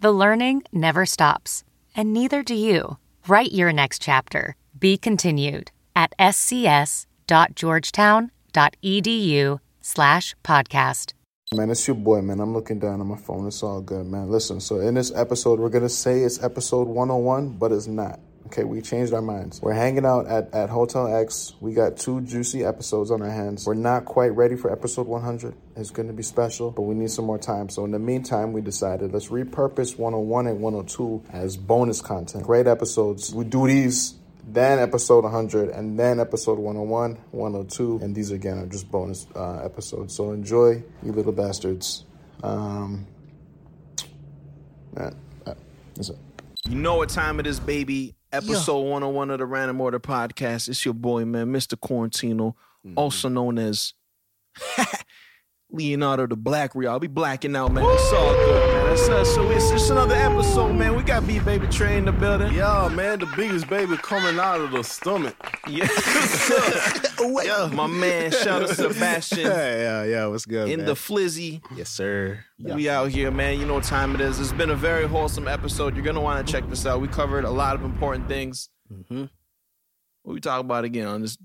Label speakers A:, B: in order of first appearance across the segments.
A: the learning never stops, and neither do you. Write your next chapter. Be continued at scs.georgetown.edu E slash podcast.
B: Man, it's your boy, man. I'm looking down on my phone. It's all good, man. Listen, so in this episode, we're going to say it's episode 101, but it's not. Okay, we changed our minds. We're hanging out at, at Hotel X. We got two juicy episodes on our hands. We're not quite ready for episode 100. It's going to be special, but we need some more time. So, in the meantime, we decided let's repurpose 101 and 102 as bonus content. Great episodes. We do these, then episode 100, and then episode 101, 102. And these, again, are just bonus uh, episodes. So, enjoy, you little bastards. Um, that, that- that's it.
C: You know what time it is, baby. Episode 101 of the Random Order Podcast. It's your boy, man, Mr. Quarantino, also known as Leonardo the Black Real. I'll be blacking out, man. It's all good, man. That's us. So it's just another episode, man. We got B Baby Trey in the building.
D: Yeah, man, the biggest baby coming out of the stomach.
C: Yeah. yeah. My man, shout out to Sebastian
D: yeah, yeah, what's good?
C: in the flizzy.
D: yes, sir.
C: We out here, man. You know what time it is. It's been a very wholesome episode. You're gonna want to check this out. We covered a lot of important things.
D: Mhm.
C: What we talk about again on this?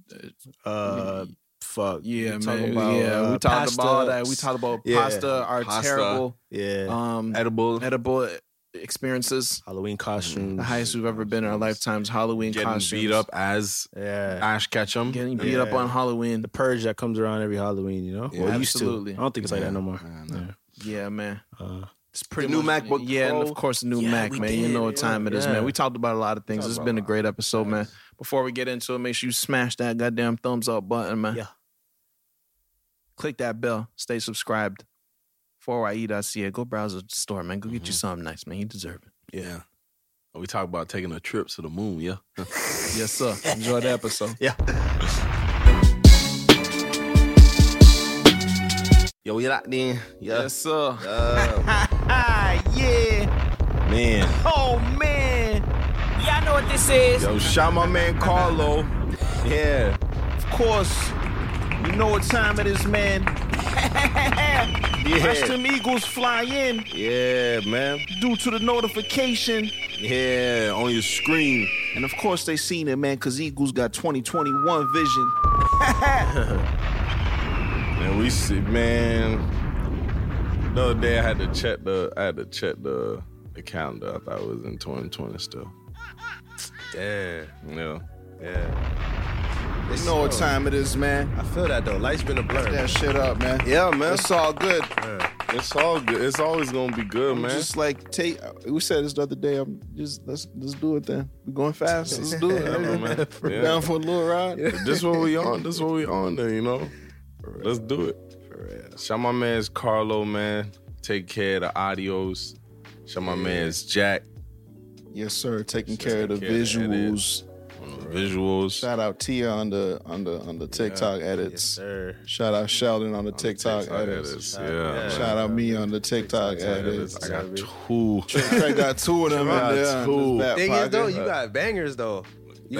C: uh,
D: Uh, fuck.
C: Yeah,
D: we talk
C: man.
D: about,
C: yeah, we
D: uh,
C: talked about all
D: pasta.
C: that. We talked about
D: Yeah,
C: pasta, our
D: pasta.
C: terrible
D: Yeah,
C: um,
D: edible
C: edible experiences,
D: Halloween costumes.
C: the highest we've ever been in our lifetimes. Halloween
E: getting
C: costumes,
E: beat up as
D: Yeah,
E: Ash Ketchum.
C: getting beat up
D: Yeah.
C: on Halloween.
D: the purge that comes around every Halloween. You know,
E: Yeah,
D: Well, used to.
C: absolutely.
D: I don't think it's like that no more.
E: Yeah, no.
D: Yeah.
C: Yeah, man.
D: Uh,
C: It's pretty
E: new
C: much-
E: MacBook
C: Yeah, and of
E: Pro.
C: course the new
D: Yeah,
C: Mac,
D: we
C: man. you
D: did,
C: know what
D: yeah.
C: time it is,
D: Yeah.
C: man. We talked about a lot of things. It's been a great episode, man. Before we get into it, make sure you smash that goddamn thumbs up button, man.
D: Yeah.
C: Click that bell. Stay subscribed. 4ye.ca. Go browse the store, man. Go get you something nice, man. You deserve it.
E: Mm-hmm. Yeah. Oh, We talk about taking a trip to the moon. Yeah.
C: Yes, sir. Enjoy the episode.
D: yeah.
E: Yo, we locked in. Yeah.
C: Yes, sir.
E: Uh,
C: yeah.
E: man.
C: Oh, man. Y'all know what this is.
E: Yo, shout my man Carlo. Yeah.
C: Of course. You know what time it is, man. Rest
E: Yeah.
C: them Eagles fly in
E: Yeah, man.
C: due to the notification.
E: Yeah. On your screen.
C: And of course they seen it, man, cause Eagles got 2021 vision.
E: And we see, man. The other day I had to check the I had to check the, the calendar. I thought it was in 2020 still.
D: Yeah,
E: Yeah.
D: yeah.
C: You know what time it is, man.
D: I feel that though. Life's been a blur.
C: That shit up, man.
E: Yeah, man.
C: It's all good.
E: It's all good. It's always gonna be good, man.
C: Just like take we said this the other day. I'm just let's let's do it then. We're going fast. Let's do it.
E: Yeah, man. Yeah.
C: Down for a little ride.
E: this what we on. This what we on. Then you know, let's do it. Shout my man's Carlo, man. Take care of the audios. Shout my man's Jack
C: Yes, sir. Taking
E: Just
C: care of the
E: taking care of the
C: visuals.
E: on the visuals.
C: Shout out Tia on the on the on the TikTok
D: Yes,
C: edits.
D: sir.
C: Shout out Sheldon on the TikTok edits.
E: edits. Yeah, man.
C: Shout out me on the TikTok edits.
E: I got two.
C: Trey got two of them in
E: Got
C: there. in
E: two.
C: his back
D: Thing is though,
C: pocket.
D: you got bangers though. You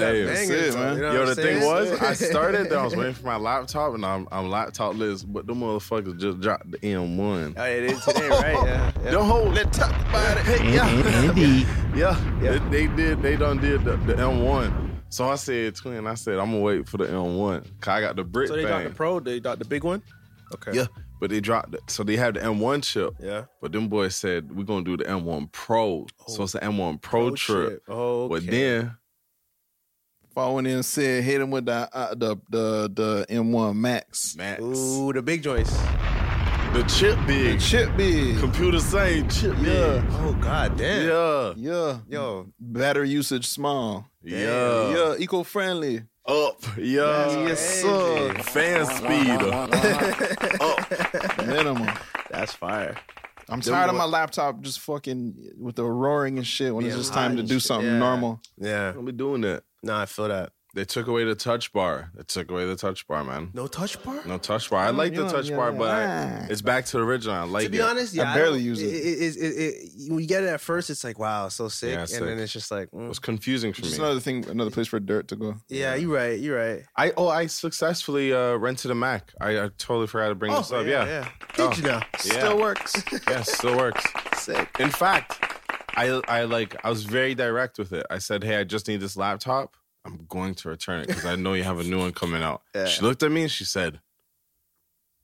D: got
E: Hey,
D: bangers,
C: that's it,
D: though,
C: man.
D: You know
E: Yo,
D: what
E: the
D: I'm
E: thing
D: saying?
E: was, I started. Then I was waiting for my laptop, and I'm, I'm laptop list, but the motherfuckers just dropped the M1.
D: Oh, it is today, right? Yeah. yeah.
E: The whole let's talk about it. Hey, yeah. yeah, They, they did. They done did the, the M1. So I said, twin. I said I'm gonna wait for the M1. Cause I got the brick
D: So they got the
E: thing.
D: pro, they got the big one. Okay.
E: Yeah, but they dropped. It. So they have the M1 chip.
D: Yeah.
E: But them boys said we're gonna do the M1 Pro. So it's the M1 Pro,
D: Oh,
E: trip.
D: shit. Oh, okay.
E: But then
C: phone in and said, hit him with the uh, the the the M1 Max.
E: Max,
D: Ooh, the big joints.
E: the chip big.
C: Chip big.
E: Computer saying chip
C: Yeah.
D: Oh god damn.
E: big.
C: Yeah.
D: Yo,
C: Battery usage small.
E: Yeah. Yeah.
C: Yeah, eco friendly.
E: Up. Yeah.
C: Yes, sir.
E: Fan speed.
C: Minimum.
D: that's fire.
C: I'm tired of
D: what-
C: my laptop just fucking with the roaring and shit when it's
D: Yeah,
C: just time to
D: and
C: do
D: shit.
C: something
D: Yeah.
C: normal.
D: Yeah.
E: Don't be doing that.
D: No, I feel that.
E: They took away the touch bar. They took away the touch bar, man.
D: No touch bar?
E: No touch bar. I like the touch bar, but I- it's back to the original. I like
D: to be
E: it.
D: honest,
C: I
D: yeah,
C: barely
D: don't-
C: use it.
D: It, it, it, it. When you get it at first, it's like, wow, so sick.
E: Yeah,
D: and
E: sick.
D: then it's just like, mm.
E: It was confusing for
C: Just
E: me.
C: another thing, another place for dirt to go.
D: yeah, you're right. You're right.
E: I oh, I successfully uh, rented a Mac. I, I totally forgot to bring this up. Oh, Yeah, yeah,
D: Did you know?
E: Yeah.
D: Still works.
E: still works.
D: sick.
E: In fact, I I like I was very direct with it. I said, "Hey, I just need this laptop. I'm going to return it because I know you have a new one coming out."
D: Yeah.
E: She looked at me and she said,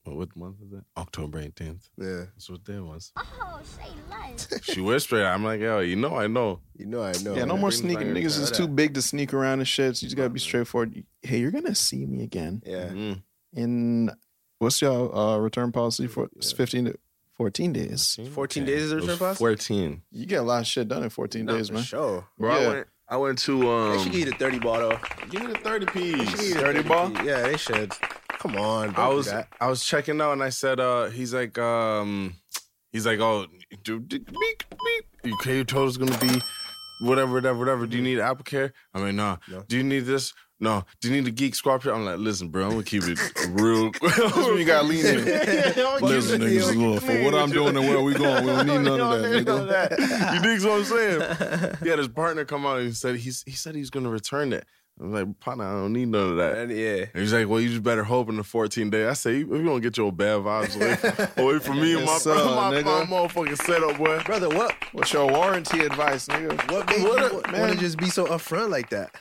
E: well, "What month is it? October 18th.
D: Yeah.
E: That's what day was."
F: Oh, say less.
E: she whispered. it. I'm like, "Yo, you know, I know."
D: You know I
C: yeah, no
D: know.
E: yeah,
C: more
E: bring
C: sneaking.
E: back
C: Niggas is
E: that.
C: too big to sneak around and shit. So you just gotta be straightforward. Hey, you're gonna see me again
D: Yeah.
E: Mm.
C: in what's your uh, return policy for it's 15 to 14 days?
D: 14 days is the
E: It was
D: return process?
E: 14.
C: You get a lot of shit done in 14
D: No,
C: days,
D: for
C: man.
D: Sure.
C: Yeah.
E: Bro, I went. I went to
D: They
E: um.
D: should give you the 30 ball, though.
E: give me the 30
D: They should give
E: piece.
D: you the
E: 30 ball.
D: Yeah, they should. Come on.
E: I was I was checking out and I said uh he's like um he's like oh do, do, beep, beep. You- okay your total's gonna be whatever whatever whatever. Do you need Apple Care? I mean nah.
D: No.
E: Do you need this? No. Do you need the Geek Squad? I'm like listen bro I'm gonna keep it real.
C: when you gotta lean in.
E: Listen, niggas, look, for what I'm doing and where we going, we don't need none of that. Nigga. You dig what I'm saying? He had his partner come out and he said he's he said he's gonna return it. I was like, partner, I don't need none of that.
D: And yeah.
E: And he's like, well, you just better hope in the 14 day. I say, you, you don't get your bad vibes away, away from me and my,
C: Yes, sir,
E: my, my,
C: nigga.
E: motherfucking setup, boy.
D: Brother, what?
C: What's your warranty advice, nigga?
D: What made
E: What
D: you
E: up,
D: want
E: man?
D: to just be so upfront like that?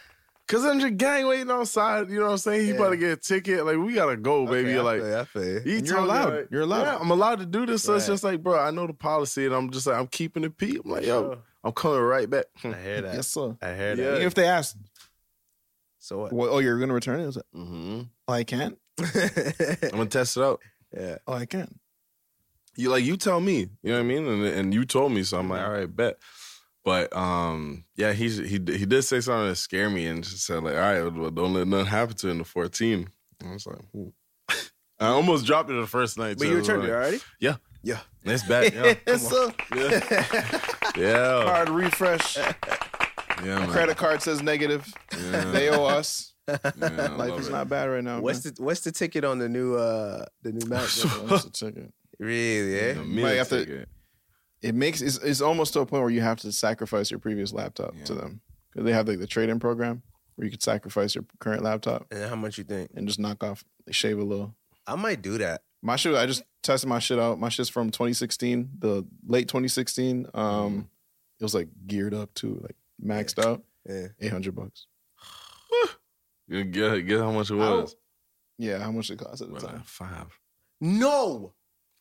E: Because I'm just gang waiting outside. You know what I'm saying? He about to get a ticket. Like, we got to go, baby.
D: Okay, I
E: like,
D: feel you, I feel you.
E: he
C: And you're
E: told me,
C: allowed.
E: like,
C: You're allowed.
E: Yeah, I'm allowed to do this. So it's
D: Right.
E: just like, bro, I know the policy. And I'm just like, I'm keeping it P. I'm like, yo, I'm coming right back.
D: I hear that.
C: Yes, sir.
D: I hear
E: Yeah.
D: that.
C: Even if they ask,
D: So what?
C: well, oh, you're gonna return it? I was like,
E: hmm
C: oh, I can't.
E: I'm going to test it out.
D: yeah.
C: Oh, I can't.
E: you like you tell me you know what i mean and, and you told me so i'm
D: Mm-hmm.
E: like all right bet but um yeah he's he he did say something that scared me and just said like all right well, don't let nothing happen to him the 14 i was like ooh. i almost dropped it the first night
D: But
E: too.
D: you returned it
E: Like,
D: already?
E: yeah
D: Yeah.
E: it's back yeah
C: Yes, sir.
E: yeah, yeah.
C: Card refresh.
E: yeah man.
C: Credit card says negative.
E: Yeah.
C: They owe us.
E: Yeah, I
C: Life
E: love
C: is
E: it.
C: not bad right now.
D: What's the What's the ticket on the new uh the new Mac?
C: man. That's the ticket?
D: really?
E: Yeah,
D: Eh?
E: meal
C: Might have to-
E: ticket.
C: It makes it's, it's almost to a point where you have to sacrifice your previous laptop to them because they have like the trade-in program where you could sacrifice your current laptop
D: And how much you think?
C: and just knock off, shave a little.
D: I might do that.
C: My shit, I just tested my shit out. My shit's from 2016, the late 2016.
E: Mm-hmm.
C: Um, it was like geared up to like maxed out,
D: Yeah.
C: 800 bucks.
E: you get, get how much it was uh,
C: Yeah, how much it cost at the
E: Well,
C: time?
E: five
D: No,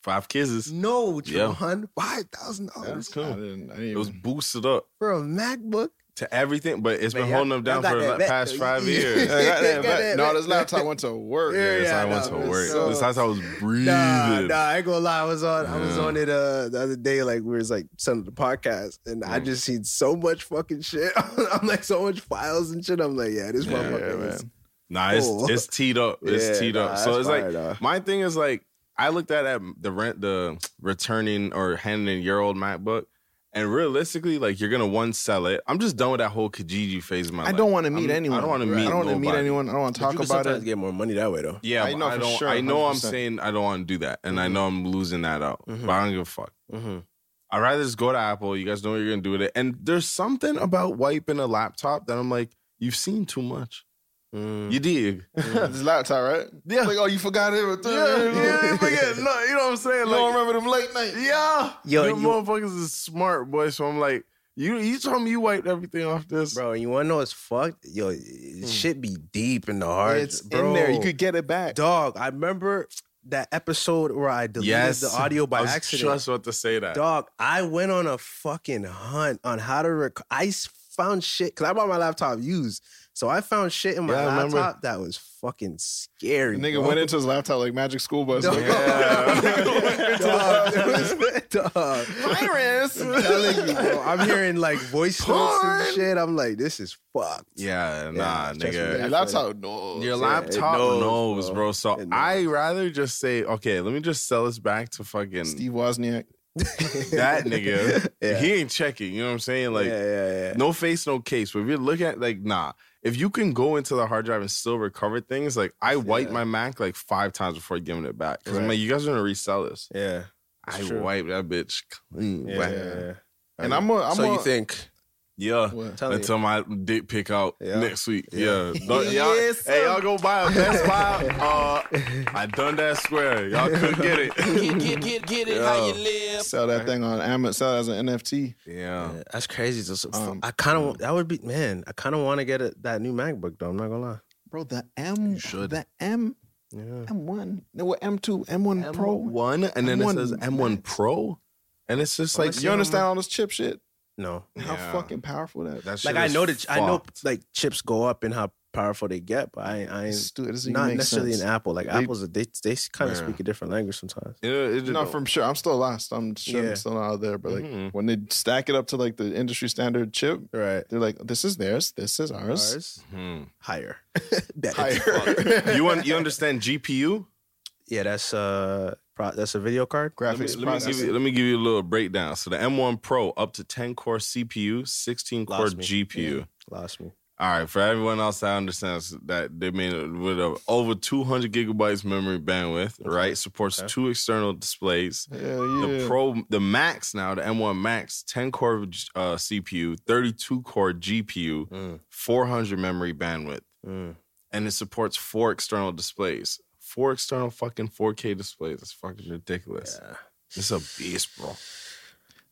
E: five kisses
D: no,
E: Yeah.
D: Johan, five thousand dollars
E: that's
C: I
E: cool
C: didn't. I didn't
E: it
C: even,
E: was boosted up
D: for a MacBook.
E: to everything, but it's been
D: Man,
E: holding
D: y'all-
E: them down
D: y'all
E: for
D: got
E: the
D: that
E: la-
D: back-
E: past five
D: Yeah.
E: years.
D: Yeah.
C: I didn't-
D: Got that,
C: no,
D: man.
C: this laptop went to work.
D: Yeah,
E: That's how I
D: yeah,
E: went
D: no,
E: to
D: it's
E: work.
D: so-
E: This that's how I was breathing.
D: Nah, nah, I ain't gonna lie. I was on, I was
E: Yeah.
D: on it uh the other day, like we was like sending the podcast, and I just seen so much fucking shit. I'm like so much files and shit. I'm like, yeah, this motherfucker is
E: Nah, it's
D: Cool.
E: it's teed up. It's
D: Yeah,
E: teed
D: nah,
E: up. So
D: that's
E: it's like
D: fire, though.
E: my thing is like I looked at at the rent the returning or handing your old MacBook, and realistically, like you're gonna one sell it. I'm just done with that whole Kijiji phase of my
C: I
E: life.
C: don't want to
E: I'm-
C: meet anyone.
E: I don't want to meet.
C: I don't want to meet
E: nobody.
C: anyone. I don't want to
D: But
C: talk
D: you can
C: about
D: sometimes
C: it.
D: get more money that way though.
E: Yeah,
C: I
E: I
C: know
E: know. I,
C: for
E: don't,
C: sure,
E: I know I'm
C: 100%.
E: saying I don't want to do that, and I know I'm losing that out. But I don't give a fuck.
D: Mm-hmm.
E: I'd rather just go to Apple. You guys know what you're gonna do with it. And there's something about wiping a laptop that I'm like, you've seen too much.
D: mm-hmm.
E: You dig?
C: this laptop, right? Yeah. Like, oh, you forgot it.
E: forget. No, you know what I'm saying? Like,
C: remember them late night.
E: yeah,
D: Yo,
E: them
D: you-
E: motherfuckers is smart, boy. So I'm like, you, you told me you wiped everything off this,
D: Bro, you wanna know it's fucked? Yo, it shit be deep Hmm. in the heart.
C: It's
D: bro.
C: in there. You could get it back.
D: Dog, I remember that episode where I deleted
E: Yes,
D: the audio by
E: I was
D: accident.
E: Just about to say that.
D: Dog, I went on a fucking hunt on how to rec- I s- found shit because I bought my laptop used. So I found shit in my
E: Yeah, I remember.
D: laptop that was fucking scary.
C: The nigga
D: bro.
C: went into his laptop like Magic School Bus.
D: Dog.
C: Like,
D: Dog, it was- dog.
C: Virus.
D: I'm telling you, bro. I'm hearing like voice notes
E: Porn.
D: and shit. I'm like, this is fucked.
E: Yeah,
D: Yeah,
E: nah,
D: it's just
E: nigga.
C: Your laptop, no.
E: Your
D: Yeah, it
E: laptop
D: knows,
E: knows,
D: bro.
E: bro. So
D: It knows.
E: I rather just say, okay, let me just sell this back to fucking
C: Steve Wozniak.
E: that nigga,
D: Yeah.
E: he ain't checking. You know what I'm saying? Like,
D: yeah, yeah, yeah.
E: no face, no case. But if you look at like, nah, if you can go into the hard drive and still recover things, like I wiped my Mac like five times before giving it back. Because I'm
D: Right.
E: like, you guys are gonna resell this.
D: yeah,
E: I
D: true.
E: wiped that bitch clean.
D: yeah,
E: whack.
D: yeah, yeah.
E: And I'm a, I'm
D: so
E: a, Uh,
D: you think?
E: yeah.
G: What?
D: Tell
E: Until my dick pick out
D: Yeah.
E: next week.
D: Yeah.
E: Yeah. Don't- y'all-
D: Yes,
E: hey, y'all go buy a Best Buy. Uh, I done that square. Y'all could get it.
H: get, get, get it how you live.
C: Sell that thing on Amazon. Sell it as an NFT.
E: yeah.
D: Yeah, that's crazy. Just,
C: Um,
D: I kind of that would be man. I kind of want to get a, that new MacBook though. I'm not gonna lie.
I: Bro, the M,
E: should.
I: the M,
D: Yeah,
I: M1, no, what, M2, M1 Pro.
E: one, and then
I: M1
E: it says M1 Pro, and it's just
D: I'ma
E: like
D: see
E: you
D: how
E: understand
D: much-
E: all this chip shit.
D: no.
E: Yeah.
I: How fucking powerful that.
E: That shit
D: Like I
E: is
D: know that I know
E: fucked.
D: like chips go up and how powerful they get, but I I ain't
I: is. Dude, it doesn't even
D: not
I: make
D: necessarily
I: sense.
D: an Apple. Like
I: They-
D: Apple's, a- they they kind of
E: Yeah.
D: speak a different language sometimes.
E: It- it-
C: Not from sure. I'm still lost. I'm sure
D: Yeah.
C: I'm still not out there. But like
E: Mhm.
C: when they stack it up to like the industry standard chip,
D: Right.
C: they're like, this is theirs. This is ours.
E: Mhm.
D: higher. Better.
E: Fuck. you un- you understand GPU?
D: Yeah, that's uh, pro- that's a video card.
E: Let me,
C: Graphics
E: let me give you,
C: processor.
E: let me give you a little breakdown. So the M1 Pro up to 10 core CPU, 16 core
D: Lost me.
E: GPU.
D: Lost me.
E: All right, for everyone else that understands that they made it with a, over 200 gigabytes memory bandwidth, right? Supports two external displays.
C: Hell yeah.
E: The Pro, the Max now, the M1 Max, 10 core uh, CPU, 32 core GPU,
D: Mm.
E: 400 memory bandwidth, and it supports four external displays. Four external fucking 4K displays. That's fucking ridiculous. It's a beast, bro.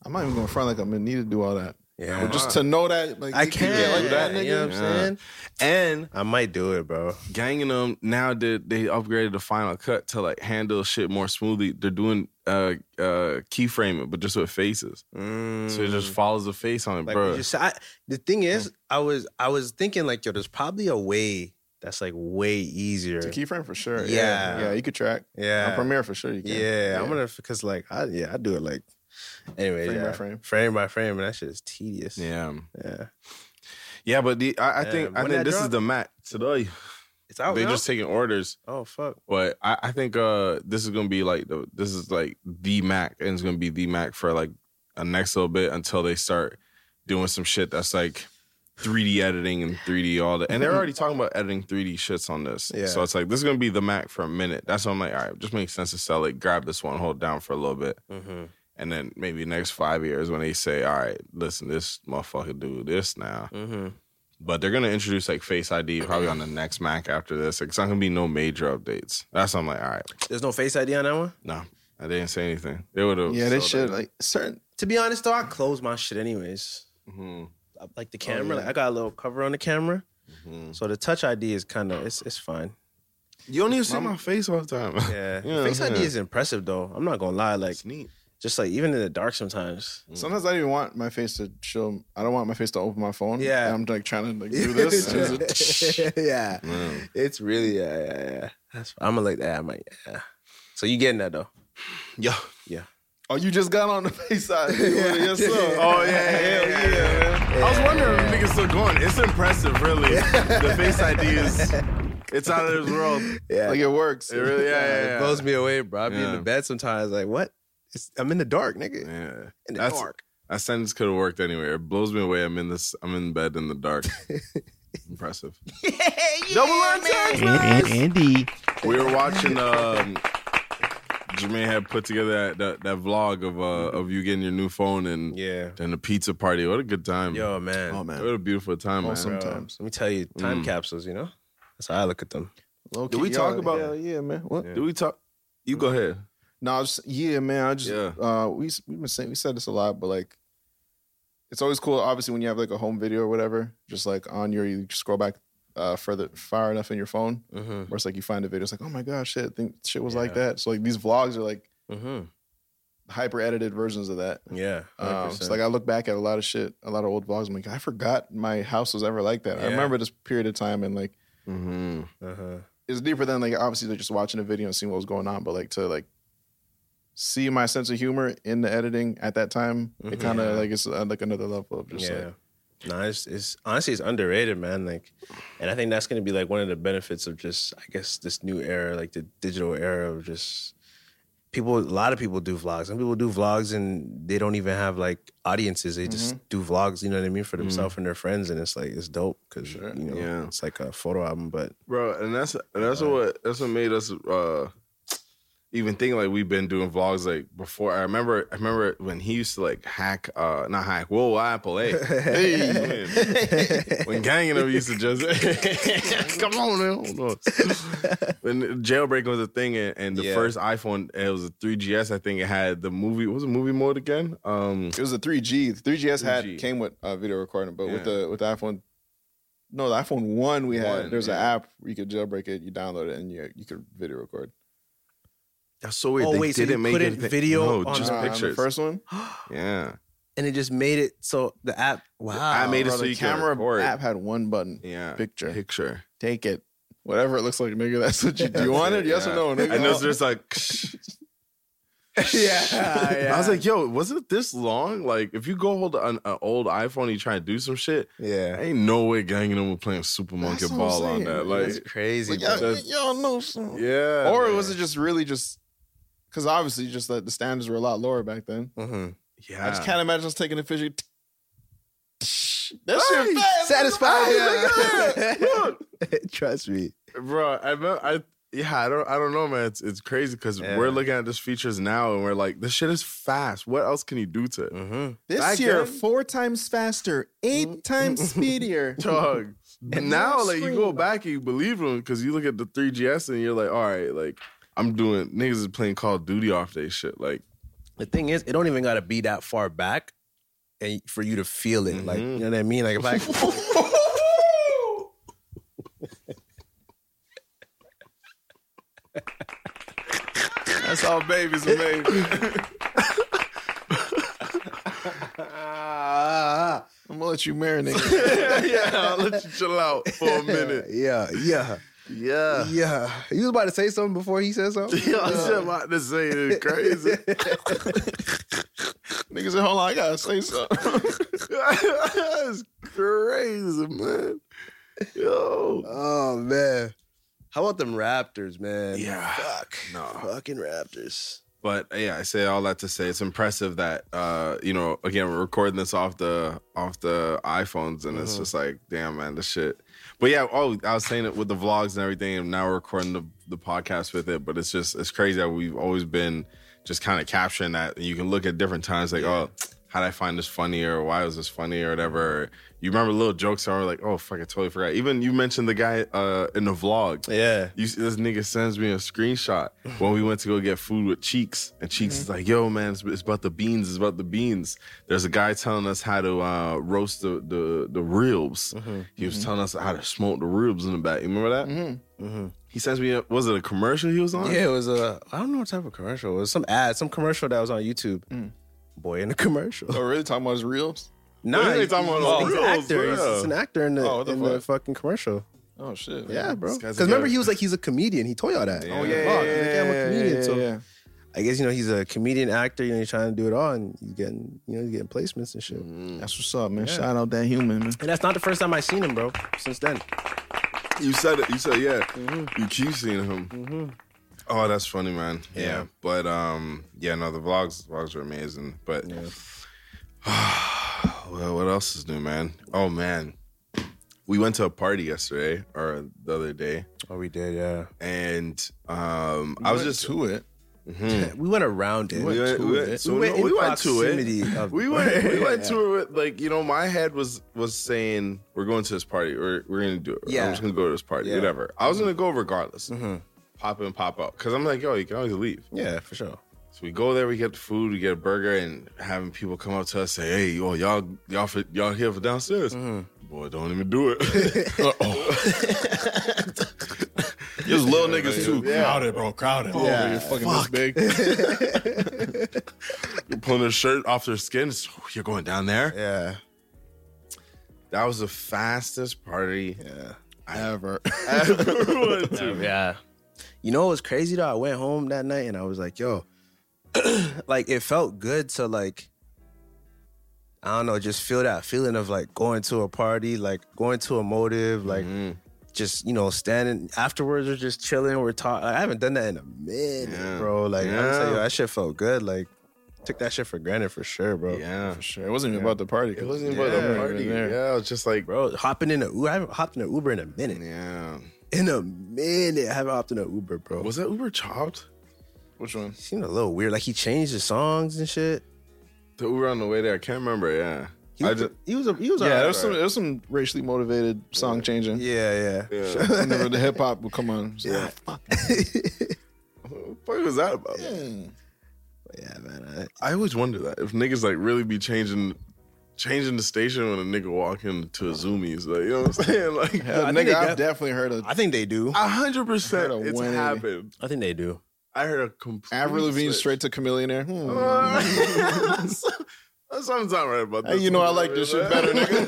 C: I'm not even going to front like I'm going to need to do all that.
D: Yeah.
C: But just to know that, like,
D: I
C: you can
D: can't.
C: get like that,
D: you know
C: nigga.
D: what I'm
E: Yeah.
D: saying?
E: And
D: I might do it, bro.
E: Gang and them now that they upgraded the Final Cut to like handle shit more smoothly, they're doing uh uh keyframing, but just with faces.
D: Mm.
E: So it just follows the face on it,
D: Like
E: bro.
D: you just, I, the thing is, I was I was thinking like, yo, there's probably a way that's like way easier.
C: It's a keyframe for sure.
D: Yeah.
C: Yeah. Yeah, you could track.
D: yeah.
C: On Premiere for sure you can.
D: yeah, I'm gonna because like I yeah I do it like anyway
C: Frame by
D: yeah.
C: frame.
D: frame by frame and that shit is tedious
E: yeah,
D: yeah
E: yeah, but the, I, I
D: Yeah,
E: think I
D: when that
E: think this
D: drop- Oh,
E: is the mat today.
D: it's out
E: they
D: now?
E: just taking orders,
D: oh fuck
E: but I, I think uh this is gonna be like the this is like the Mac, and it's gonna be the Mac for like a next little bit until they start doing some shit that's like 3D editing and 3D all that. And they're already talking about editing 3D shits on this.
D: Yeah.
E: So it's like this is gonna be the Mac for a minute. That's what I'm like, all right, just makes sense to sell it, grab this one, hold it down for a little bit.
D: mm-hmm.
E: And then maybe next five years when they say, all right, listen, this motherfucker do this now.
D: Mm-hmm.
E: But they're gonna introduce like Face ID probably on the next Mac after this. It's not gonna be no major updates. That's what I'm like, all right,
D: there's no face ID on that one
E: no. I didn't say anything. They would have
C: Yeah, they should. Like, certain.
D: to be honest though I close my shit anyways
E: hmm
D: I- like the camera like, I got a little cover on the camera so the touch ID is kind of it's it's fine
E: You don't even see my face all the time.
D: yeah,
E: Yeah,
D: face ID
E: yeah.
D: is impressive though I'm not gonna lie like
E: It's neat.
D: just like even in the dark sometimes
C: Sometimes I don't even want my face to show. I don't want my face to open my phone.
D: Yeah.
C: And I'm like trying to like do this. and it's a-
D: yeah
E: Yeah.
D: It's really yeah, yeah, yeah. That's I'm gonna like that. I'm like, yeah. So you getting that though?
E: Yeah.
C: oh, you just got on the face side. Yes, sir.
E: Oh yeah, yeah, yeah. I was wondering if niggas still going. It's impressive, really. the face ID is it's out of this world.
D: Yeah.
C: Like, it works.
E: It really, yeah, yeah,
D: It
E: yeah.
D: blows me away, bro. I be in
E: Yeah.
D: the bed sometimes, like, what? It's, I'm in the dark, nigga.
E: Yeah.
D: In the
E: That's-
D: dark.
E: That sentence could have worked anywhere. It blows me away. I'm in this. I'm in bed in the dark. impressive.
I: Andy.
E: We were watching. um Jermaine had put together that that, that vlog of uh, of you getting your new phone and
D: Yeah.
E: and the pizza party. What a good time!
D: Yo, man.
C: Oh,
E: What
C: man.
E: a beautiful time,
C: Awesome
E: man.
D: Bro,
C: sometimes.
D: Let me tell you, time
E: Mm.
D: capsules, you know? That's how I look at them.
C: Low-key,
E: we
C: yeah,
E: talk about-
C: Hell yeah, man. What?
E: Do we talk? You go ahead.
C: No, I was just, yeah, man. I just
E: Yeah.
C: uh we we been saying we said this a lot, but like it's always cool, obviously, when you have like a home video or whatever, just like on your you scroll back uh further far enough in your phone,
D: Mm-hmm.
C: where it's like you find a video, it's like, oh my gosh, shit, think shit was like that. So like these vlogs are like
D: Mm-hmm.
C: hyper edited versions of that.
D: Yeah.
C: Um, so
D: 100%.
C: like I look back at a lot of shit, a lot of old vlogs. I'm like, I forgot my house was ever like that. I
D: Yeah.
C: remember this period of time, and like
E: Mm-hmm.
D: uh-huh.
C: it's deeper than like obviously like, just watching a video and seeing what was going on, but like to like see my sense of humor in the editing at that time, it
E: Mm-hmm.
D: Mhm.
C: kind of
D: Yeah.
C: like it's uh, like another level of just
D: yeah.
C: like
D: no, it's, it's honestly it's underrated, man. Like, and I think that's gonna be like one of the benefits of just I guess this new era, like the digital era of just people a lot of people do vlogs. Some people do vlogs and they don't even have like audiences. They just
E: Mm-hmm.
D: do vlogs, you know what I mean, for themselves and their friends and it's like it's dope cuz you know,
E: Yeah.
D: it's like a photo album but
E: bro. And that's and that's what that's what made us uh even think like we've been doing vlogs like before. I remember I remember when he used to like hack uh not hack whoa Apple hey, hey man. when gang and them used to just come on man hold on. when jailbreak was a thing and, and the
J: Yeah.
E: first iPhone it was a 3GS I think it had the movie what was the movie mode again um
C: It was a 3G. The 3GS had
E: 3G.
C: came with uh, video recording, but with
E: Yeah.
C: the with the iPhone, no, the iPhone one we had.
E: One,
C: There's an
E: yeah.
C: app where you could jailbreak it, you download it, and you you could video record.
E: that's so weird
D: Oh,
E: they
D: wait, so you
E: didn't make
D: couldn't
E: anything
D: video
E: no
D: on
E: just
C: Nah, on Uh, the
E: pictures
C: first one,
E: yeah
D: and it just made it so the app wow.
E: I made it
C: Bro,
E: so
C: the
E: you can
C: camera
E: record
C: app had one button.
E: yeah
C: Picture.
E: picture
C: Take it, whatever it looks like, nigga. That's what you do. You want it? Yes
E: Yeah.
C: or no? nigga?
E: And there's just like,
C: yeah, yeah.
E: I was like, yo, was it this long? Like, if you go hold an, an old iPhone, you try to do some shit.
C: yeah.
E: Ain't no way ganging them were playing Super
C: That's
E: Monkey
C: what I'm
E: Ball on
C: saying.
E: that. Like,
C: That's
D: crazy.
C: Like, y'all,
D: bro.
E: that's-
C: y'all know some.
E: yeah.
C: Or
E: man.
C: was it just really just because obviously just that the standards were a lot lower back then.
D: Mhm.
E: Yeah.
C: I just can't imagine us taking a picture. That
E: Hey,
C: shit fast.
D: satisfied.
C: Yeah.
E: Look.
C: Trust me.
E: bro. I, me- I yeah, I don't, I don't know, man. It's it's crazy because
D: Yeah.
E: we're looking at these features now, and we're like, this shit is fast. What else can you do to it?
D: Mhm.
C: This
E: Back
C: year,
E: then-
C: four times faster, eight times speedier.
E: Dog. And now,
C: no
E: like, you go
C: screen.
E: back and you believe them because you look at the 3GS and you're like, all right, like, I'm doing niggas is playing Call of Duty off day shit. Like,
D: The thing is, it don't even gotta be that far back and for you to feel it.
E: Mm-hmm.
D: Like you know what I mean? Like if I
E: that's how babies are made.
C: I'm gonna let you marinate.
E: yeah, I'll let you chill out for a minute.
D: Yeah, yeah.
E: Yeah.
D: Yeah. He was about to say something before he said something.
E: Yo, I said about to say it's crazy.
C: Niggas said, hold on, Oh, I gotta say something.
E: that's crazy, man. Yo.
D: Oh man. How about them Raptors, man?
E: Yeah.
D: Fuck.
E: No.
D: Fucking Raptors.
E: But uh, yeah, I say all that to say it's impressive that uh, you know, again, we're recording this off the off the iPhones and it's just like, damn man, this shit. But yeah, oh, I was saying it with the vlogs and everything, and now we're recording the, the podcast with it. But it's just it's crazy that we've always been just kind of capturing that. And you can look at different times like, oh, how did I find this funny or why was this funny or whatever. You remember little jokes that were like, oh fuck, I totally forgot. Even you mentioned the guy uh in the vlog.
D: Yeah.
E: You see, this nigga sends me a screenshot when we went to go get food with Cheeks, and
D: Mm-hmm.
E: Cheeks is like, "Yo, man, it's, it's about the beans. It's about the beans." There's a guy telling us how to uh, roast the the, the ribs.
D: Mm-hmm.
E: He was telling us how to smoke the ribs in the back. You remember that? He sends me. A, was it a commercial he was on?
D: Mm-hmm. Yeah, it was a I don't know what type of commercial. It was some ad, some commercial that was on YouTube.
E: Mm.
D: Boy in the commercial.
C: oh, really? Talking about his reels?
D: Nah,
E: What are they
D: he's,
E: talking about?
D: he's an
E: Reels,
D: actor. He's,
E: yeah.
D: he's an actor in the,
C: Oh, what the
D: in the
C: fuck?
D: fucking commercial.
C: Oh shit.
D: Yeah, bro.
E: This guy's
D: Because remember,
E: good.
D: he was like, he's a comedian. He told y'all that.
C: Yeah,
E: Oh,
D: Fuck,
C: yeah,
D: he's like, yeah, I'm a
C: yeah,
D: comedian.
C: yeah,
D: so
C: yeah.
D: I guess you know he's a comedian actor. You know, he's trying to do it all, and he's getting you know he's getting placements and shit.
C: That's what's up, man. Shout out that human, man.
D: And that's not the first time I've seen him, bro. Since then,
E: You said it. You said yeah. You keep seeing him. Oh, that's funny, man. Yeah. but um, yeah, no, the vlogs vlogs are amazing. But well, what else is new, man? Oh man, we went to a party yesterday or the other day,
D: oh, we did, yeah.
E: and um, I was just
C: to it.
D: We went around it.
E: we went,
D: to
E: we went-
D: it.
E: so
D: we went,
E: no,
D: in
E: we went to
D: proximity
E: it.
D: Of,
E: we went. We went to it. Like you know, my head was was saying, "We're going to this party. We're we're gonna do it.
D: Yeah.
E: I'm just gonna go to this party.
D: Yeah. Mm-hmm.
E: Whatever. I was gonna go regardless. Pop in, pop out. Because I'm like, yo, you can always leave.
D: Yeah, for sure.
E: So we go there. We get the food. We get a burger, and having people come up to us say, "Hey, yo, y'all y'all for, y'all here for downstairs?
D: Mm-hmm.
E: Boy, don't even do it. There's little niggas too. Crowded, bro. Crowded. Yeah.
C: Yeah, you're fucking this big.
E: pulling their shirt off their skin. So you're going down there.
D: Yeah,
E: That was the fastest party
C: Ever.
E: I ever went to.
D: yeah. You know, it was crazy though. I went home that night and I was like, yo, like it felt good to like,
E: Mm-hmm.
D: I don't know, just feel that feeling of like going to a party, like going to a motive, like just you know standing afterwards or just chilling. We're talking. I haven't done that in a minute,
E: Yeah.
D: bro. Like I'm telling you,
E: Yeah.
D: that shit felt good. Like took that shit for granted for sure, bro.
E: Yeah.
C: For sure. It wasn't even about the party.
E: It wasn't even about the party. Yeah, it was just like, bro.
D: Bro, hopping in a Uber. I haven't hopped in an Uber in a minute.
E: Yeah.
D: In a minute, I haven't hopped in an Uber, bro.
E: Was that Uber Chopped?
C: Which one?
D: seemed a little weird. Like he changed the songs and shit.
E: The Uber on the way there. I can't remember. Yeah.
D: He
E: I
D: was,
E: just,
D: he was, a, he was
C: Yeah,
D: alright.
C: there's some there's some racially motivated song changing.
D: yeah, yeah.
E: yeah.
C: Whenever the hip hop would come on. It's like,
E: Yeah. what the fuck was that about?
D: Yeah, man.
E: I always wonder that if niggas like really be changing changing the station when a nigga walk into a zoomies. Like, you know what I'm saying? Like
C: Yeah,
E: nigga,
C: nigga,
E: I-
C: I've definitely heard of
D: I, I think they do.
E: a hundred percent
C: I heard a
E: it's
C: 180.
E: happened.
D: I think they do.
E: I heard a complete
C: Avril Lavigne
E: switch.
C: straight to Chameleonaire. Hmm.
E: That's something's not right about
C: Hey,
E: this.
C: you know I like this shit better,
E: nigga.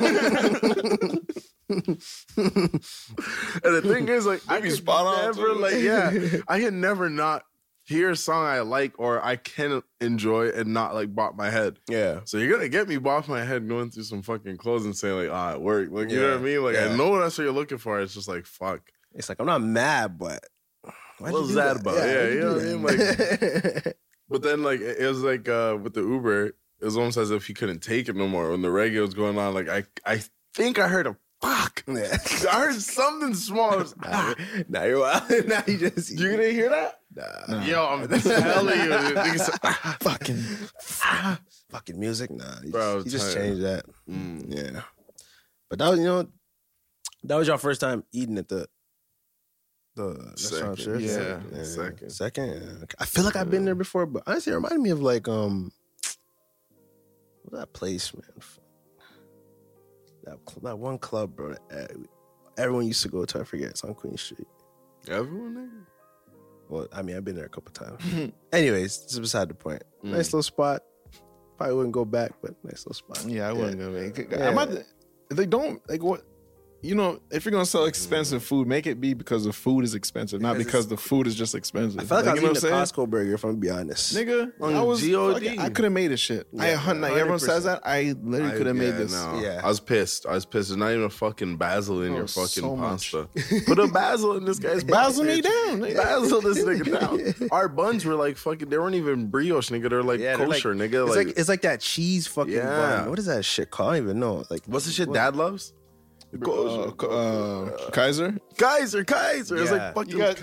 E: and the thing is, like, I
C: be
E: can
C: spot on,
E: never,
C: too.
E: like, yeah, I can never not hear a song I like or I can enjoy and not like bop my head.
D: Yeah.
E: So you're gonna get me bop my head going through some fucking clothes and saying like, ah, it worked. Like, you know
D: Yeah,
E: what I mean? Like,
D: yeah.
E: I know what that's what you're looking for. It's just like, fuck.
D: It's like I'm not mad, but why'd you
E: What was
D: do
E: that about? Yeah,
D: why'd
E: you know what I mean?
D: do that?
E: Like, But then like it it was like uh with the Uber, it was almost as if he couldn't take it no more. When the reggae was going on, like I I think I heard a fuck.
D: Yeah.
E: I heard something small. It was, ah.
D: now you're wild. now you just
E: You didn't hear that?
D: nah.
E: Yo, I'm telling you, dude, niggas- ah.
D: fucking Ah. fucking music. Nah, you
E: Bro, I
D: just,
E: was
D: you just
E: tired.
D: changed that.
E: Mm.
D: Yeah, but that was you know that was your first time eating at the the restaurant. sure?
E: Second, yeah, second.
D: second. yeah. I feel like I've been there before, but honestly, it reminded me of like um, what's that place, man? Fuck. That cl- that one club, bro. that, uh, Everyone used to go to. I forget. It's on Queen Street.
E: Everyone,
D: Well, I mean, I've been there a couple times. Anyways, this is beside the point.
E: Mm.
D: Nice little spot. Probably wouldn't go back, but nice little spot.
C: Yeah, I wouldn't go make it.
D: Yeah.
C: I'm not, they don't like what you know. If you're gonna sell expensive food, make it be because the food is expensive, not
E: Because
C: because the food is just expensive.
D: I felt like, I
C: you
D: was eating a Costco burger, if I'm gonna be honest.
C: nigga.
E: On
C: I was
E: GOD.
C: fucking- I could have made a shit. I
D: Yeah,
C: hun- like, everyone says that. I literally
E: I-
C: could have made
E: yeah,
C: this.
E: no.
D: Yeah.
E: I was pissed. I was pissed. There's not even a fucking basil in
C: Oh,
E: your fucking
C: so much.
E: pasta. Put a basil in this guy's
C: Basil me
E: pasta.
C: down, nigga.
E: Basil this nigga down. Our buns were like fucking. They weren't even brioche, nigga. They're like
D: Yeah, they're
E: kosher,
D: like-
E: nigga.
D: It's
E: like,
D: like, it's like that cheese fucking
E: Yeah.
D: bun. What is that shit called? I don't even know. Like
E: What's the shit dad loves?
C: Uh, K- uh, Kaiser.
E: Kaiser, Kaiser. It's
D: Yeah.
E: like fucking
C: buns.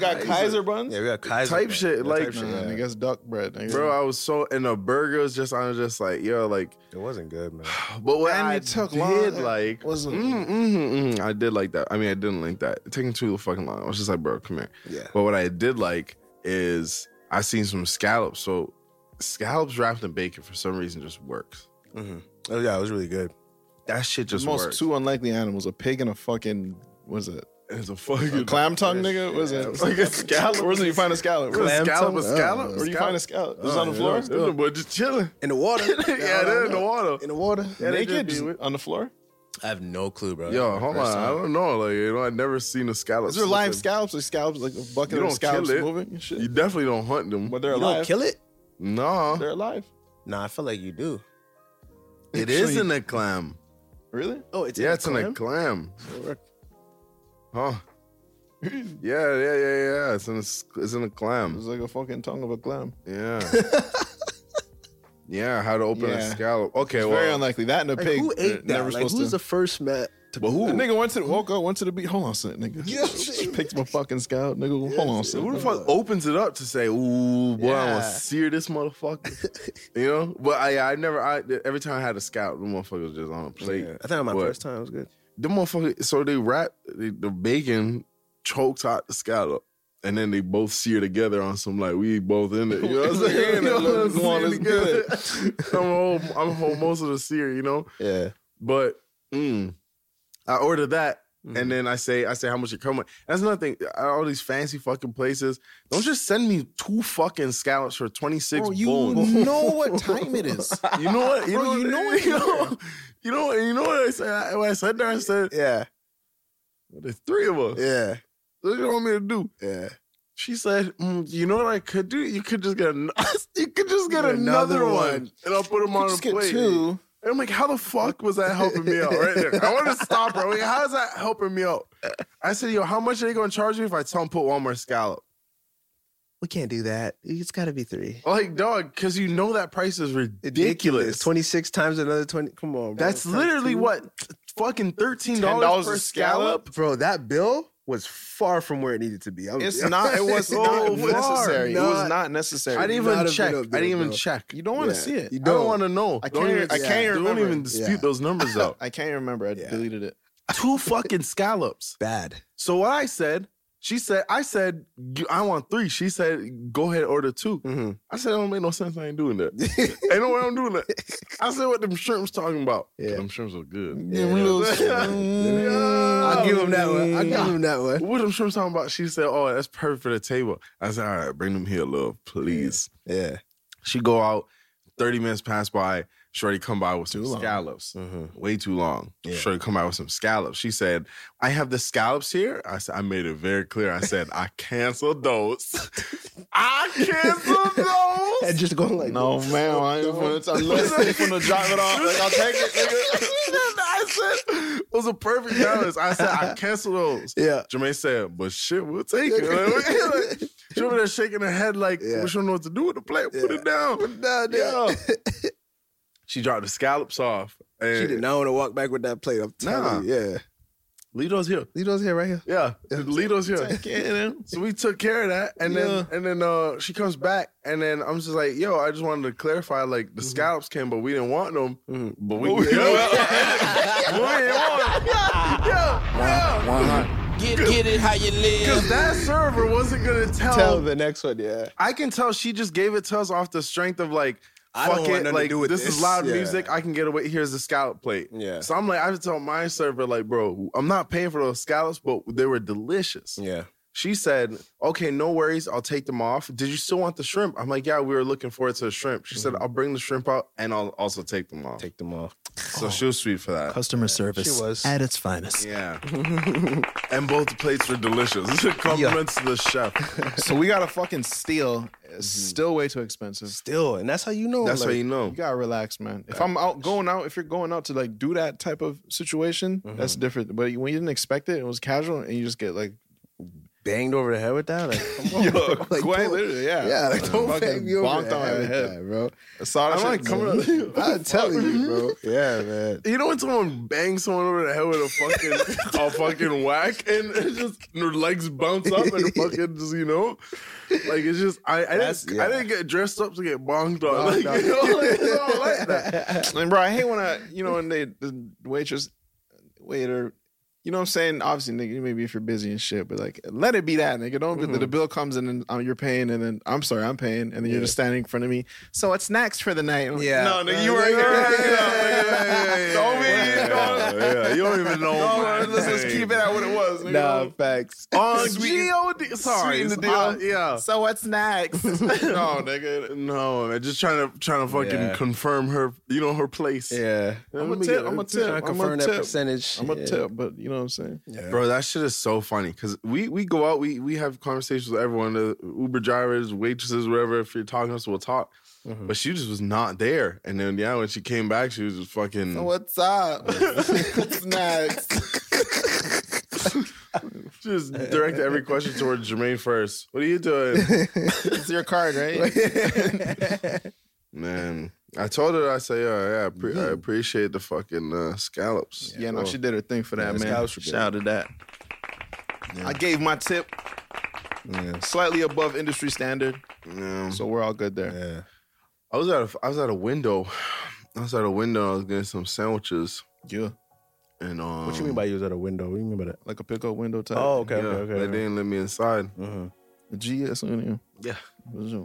D: Yeah, we got Kaiser
E: type
D: man.
E: shit,
D: Yeah,
E: like-
D: shit,
C: Nah,
D: yeah.
C: nigga, that's duck bread, nigga.
E: Bro, I was so and the burger was just I was just like, yo, like
D: it wasn't good, man.
E: but what
C: And
E: I
C: it took
E: did
C: long.
E: like
C: Wasn't-
E: mm, mhm, mhm, I did like that. I mean I didn't like that. It taking too fucking long. I was just like, bro, come here.
D: Yeah.
E: But what I did like is I seen some scallops. So scallops wrapped in bacon for some reason just works.
D: Oh yeah, it was really good.
E: That shit
C: the
E: just
C: most
E: works.
C: two unlikely animals: a pig and a fucking. What's it?
E: it's a fucking
C: A clam tongue, nigga. What's it?
E: It's like a scallop.
C: Where's it? You find a scallop.
E: Clam Oh,
C: Where's it?
E: scallop, a
C: tongue?
E: scallop,
C: Where do you find a scallop? It's on the floor.
E: It's the boy just chilling.
D: In the water.
E: yeah, they're in the water.
D: In the water.
E: Yeah, they
C: Naked
E: just
C: just
E: be
C: on the floor.
D: I have no clue, bro.
E: Yo, hold on.
D: First
E: I
D: time.
E: don't know. Like, you know, I've never seen a scallop.
C: Is there live
E: Oh, slipping.
C: scallops? Like scallops, like a bucket
E: You
C: of
E: don't
C: scallops
E: kill it.
C: moving and shit.
E: You definitely don't hunt them.
C: but they're
D: You
C: alive.
D: don't kill it?
E: no.
C: They're alive.
D: Nah, I feel like you do.
E: It is in a clam.
C: Really?
D: Oh, it's
E: yeah, it's in a clam.
D: clam?
E: Huh. Yeah, yeah, yeah, yeah. It's in a, s- it's in a clam.
C: It's like a fucking tongue of a clam.
E: Yeah. yeah, how to open a
C: Yeah.
E: scallop. Okay,
C: It's
E: well.
C: very unlikely. That and a
D: Like,
C: pig.
D: who
E: uh,
C: they're
D: ate that? Like,
C: supposed
D: who's
C: to-
D: the first man? To,
E: But who?
C: That nigga went to woke up, went to the beach. Hold on a second, nigga.
D: Yeah, shit.
C: Picked my fucking scallop, nigga. Hold on a
E: Who
C: second.
E: the fuck opens it up to say, "Ooh, boy, I want
D: Yeah.
E: to sear this motherfucker," you know? But I, I never, I every time I had a scallop, the motherfucker was just on a plate.
D: I think my
E: What?
D: first time was good.
E: the motherfucker. So they wrap the, the bacon, choked out the scallop, and then they both sear together on some like we both in it. You know what I'm saying?
C: Yeah,
E: You know what I'm
C: come on,
E: saying?
C: let's
E: Together. I'm whole, I'm whole most of the sear, you know.
D: Yeah.
E: But mm, I order that.
C: Mm-hmm.
E: And then I say, I say, how much it come with? That's another thing. At All these fancy fucking places, don't just send me two fucking scallops for twenty six bones.
C: know what time it is.
E: You know what? You
C: Bro,
E: know,
C: you know
E: what? You know, you know, what- you know what I said? I- When I said there, I said,
D: Yeah.
E: there's three of us.
D: Yeah.
E: What do you want me to do?
D: Yeah.
E: She said, mm, "You know what I could do? You could just get an- you could just get,
D: Get
E: another,
D: another
E: one,
D: one.
E: and I'll put them on a
C: Just get
E: plate."
C: two.
E: And I'm like, "How the fuck was that helping me out right there? I want to stop her. I'm like, how is that helping me out? I said, yo, how much are they gonna charge me if I tell them put one more scallop?
D: We can't do that. It's got to be three.
E: Like, dog, because you know that price is ridiculous.
D: Twenty six times another twenty. Come on, bro.
E: That's literally what fucking thirteen
C: $10
E: dollars per
C: a scallop?
E: scallop.
D: bro. That bill was far from where it needed to be. I'm-
C: It's not. It was
D: So
C: not
D: far.
C: necessary. it was
D: Not-
C: not necessary.
E: I didn't
D: Not a
E: even
D: bit
E: check. I
D: of bill,
E: didn't even
D: bro.
E: check.
C: You don't want to
D: Yeah.
C: see it.
D: You
E: I don't
D: don't.
E: want to know.
C: I can't
E: Don't
C: even-
E: even-
C: I can't
E: don't
C: remember.
E: even dispute
D: Yeah.
E: those numbers out.
C: I can't remember. I
D: Yeah.
C: deleted it.
E: Two fucking scallops.
D: bad.
E: So what I said, she said, I said, "You- I want three. She said, go ahead, order 2
D: Mhm.
E: I said, it don't make no sense. I ain't doing that. ain't no way I'm doing that. I said, what them shrimps talking about?
D: Yeah.
E: Them shrimps are good.
D: Yeah. I'll give him that one. I'll give him that one.
E: What them shrimps talking about? She said, oh, that's perfect for the table. I said, all right, bring them here, love, please.
D: Yeah.
E: She go out. Thirty minutes pass by. Shorty come by with some scallops. Way too long. Shorty come by with some scallops. She said, "I have the scallops here." I said, "I made it very clear." I said, "I canceled those. I canceled
D: And
E: those."
D: just going like
C: No, man. I ain't gonna tell you. gonna drop it off. Like, I'll take it, nigga.
E: I said, "It was a perfect balance." I said, "I canceled those."
D: Yeah.
E: Jermaine said, "But shit, we'll take it." Like, like, she over there shaking her head like,
D: Yeah.
E: "We don't know what to do with the plate. Put it down."
D: Nah, dude.
E: Yeah. she dropped the scallops off. And
D: She did not want to walk back with that plate. I'm
E: Nah.
D: telling you. Yeah.
E: Lito's here.
D: Lito's here, right here.
E: Yeah, Lito's here. so we took care of that, and then and then uh, she comes back, and then I'm just like, yo, I just wanted to clarify, like the scallops came, but we didn't want them.
C: But we.
E: Mm-hmm. we didn't want them. Yeah, yeah,
K: Get, get it how you
E: because
K: live.
E: that server wasn't gonna tell.
D: Tell the next one. Yeah.
E: I can tell she just gave it to us off the strength of like.
D: I
E: Fuck
D: don't want
E: it,
D: nothing to
E: like
D: do with
E: this, is
D: this.
E: loud
D: Yeah.
E: music. I can get away. Here's the scallop plate.
D: Yeah.
E: So I'm like, I have to tell my server, like, bro, I'm not paying for those scallops, but they were delicious.
D: Yeah.
E: She said, okay, no worries. I'll take them off. Did you still want the shrimp? I'm like, yeah, we were looking forward to the shrimp. She said, I'll bring the shrimp out and I'll also take them off.
D: Mm-hmm. Take them off.
E: so she was sweet for that.
K: Customer service
D: She was.
K: at its finest.
E: Yeah. and both plates were delicious. Compliments to the chef.
C: So we got a fucking steal. It's still way too expensive.
D: Still, and that's how you know.
E: That's how
D: like,
E: you know.
C: You gotta relax, man. If I'm out going out, if you're going out to like do that type of situation, that's different. But when you didn't expect it, it was casual, and you just get like,
D: banged over the head with that. Like, come on,
C: Yo,
D: bro. Like,
C: quite
D: don't-
C: literally, yeah.
D: Yeah, like don't
C: Fucking
D: bang me over
C: bonked
D: the
C: on
D: head
C: my
D: with
C: head.
D: that, bro.
C: I saw that
E: I'm
C: shit
E: like, coming up.
D: I'm telling you, bro. Yeah, man.
E: You know when someone bangs someone over the head with a fucking a fucking whack and it just their legs bounce up and fucking just you know like it's just I I
D: That's-
E: didn't, I
D: yeah.
E: didn't get dressed up to get bonked on like, you know, like, it's not like that.
C: And bro, I hate when I, you know, when they the waitress, waiter, you know what I'm saying? Obviously, nigga, maybe if you're busy and shit, but like, let it be that, nigga. Don't be
D: Mm-hmm.
C: the bill comes and then um, you're paying, and then I'm sorry, I'm paying, and then you're just standing in front of me. So what's next for the night? I'm like,
D: Yeah.
C: no, nigga, you
E: You
C: were
E: ain't
C: here.
E: gonna hang it up,
C: Yeah.
E: nigga.
C: Don't be-
E: Yeah, yeah, You don't even know.
C: No,
E: my
C: man, let's just
E: name.
C: keep it at what it was. Nigga.
D: Nah, facts.
E: on
C: Sweeten-
E: God. Sorry,
C: sweeten the
E: it's
C: deal.
E: on- yeah.
C: So what's next?
E: No, nigga, no, man. Just trying to trying to fucking
D: Yeah.
E: confirm her, you know, her place.
D: Yeah.
C: I'm
E: Let
C: a
E: me
C: tip.
E: get-
C: I'm a
E: trying
C: tip.
E: to
C: I'm a
D: Confirm that
C: tip.
D: percentage.
C: I'm a
D: yeah.
C: tip, but you know what I'm saying.
E: Bro, that shit is so funny because we we go out, we we have conversations with everyone, the Uber drivers, waitresses, whatever. If you're talking to us, we'll talk.
C: Mm-hmm.
E: But she just was not there. And then yeah, when she came back, she was just fucking.
C: What's up? what's next?
E: She just directed every question towards Jermaine first. What are you doing,
C: It's your card, right?
E: man? I told her I say, oh, yeah, I, pre- I appreciate the fucking uh, scallops.
C: Yeah, no, she did her thing for that,
D: the
C: man.
D: scouts were good.
C: Shout out to that. I gave my tip slightly above industry standard,
E: Yeah.
C: so we're all good there.
D: Yeah.
E: I was at a, I was at a window. I was at a window. I was getting some sandwiches
C: Yeah,
E: and um.
D: What you mean by you was at a window? What do you mean by that?
C: like a pickup window type.
D: uh, Oh, okay,
E: Yeah,
D: okay,
E: they
D: okay.
E: didn't let me inside.
C: A G or something.
E: Yeah.
C: Yeah.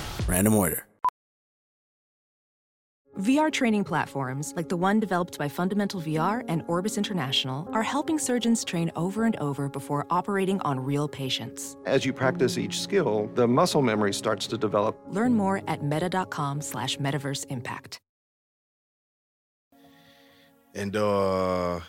L: random order.
M: VR training platforms, like the one developed by Fundamental VR and Orbis International, are helping surgeons train over and over before operating on real patients.
N: As you practice each skill, the muscle memory starts to develop.
M: Learn more at meta.com slash metaverse impact.
E: And uh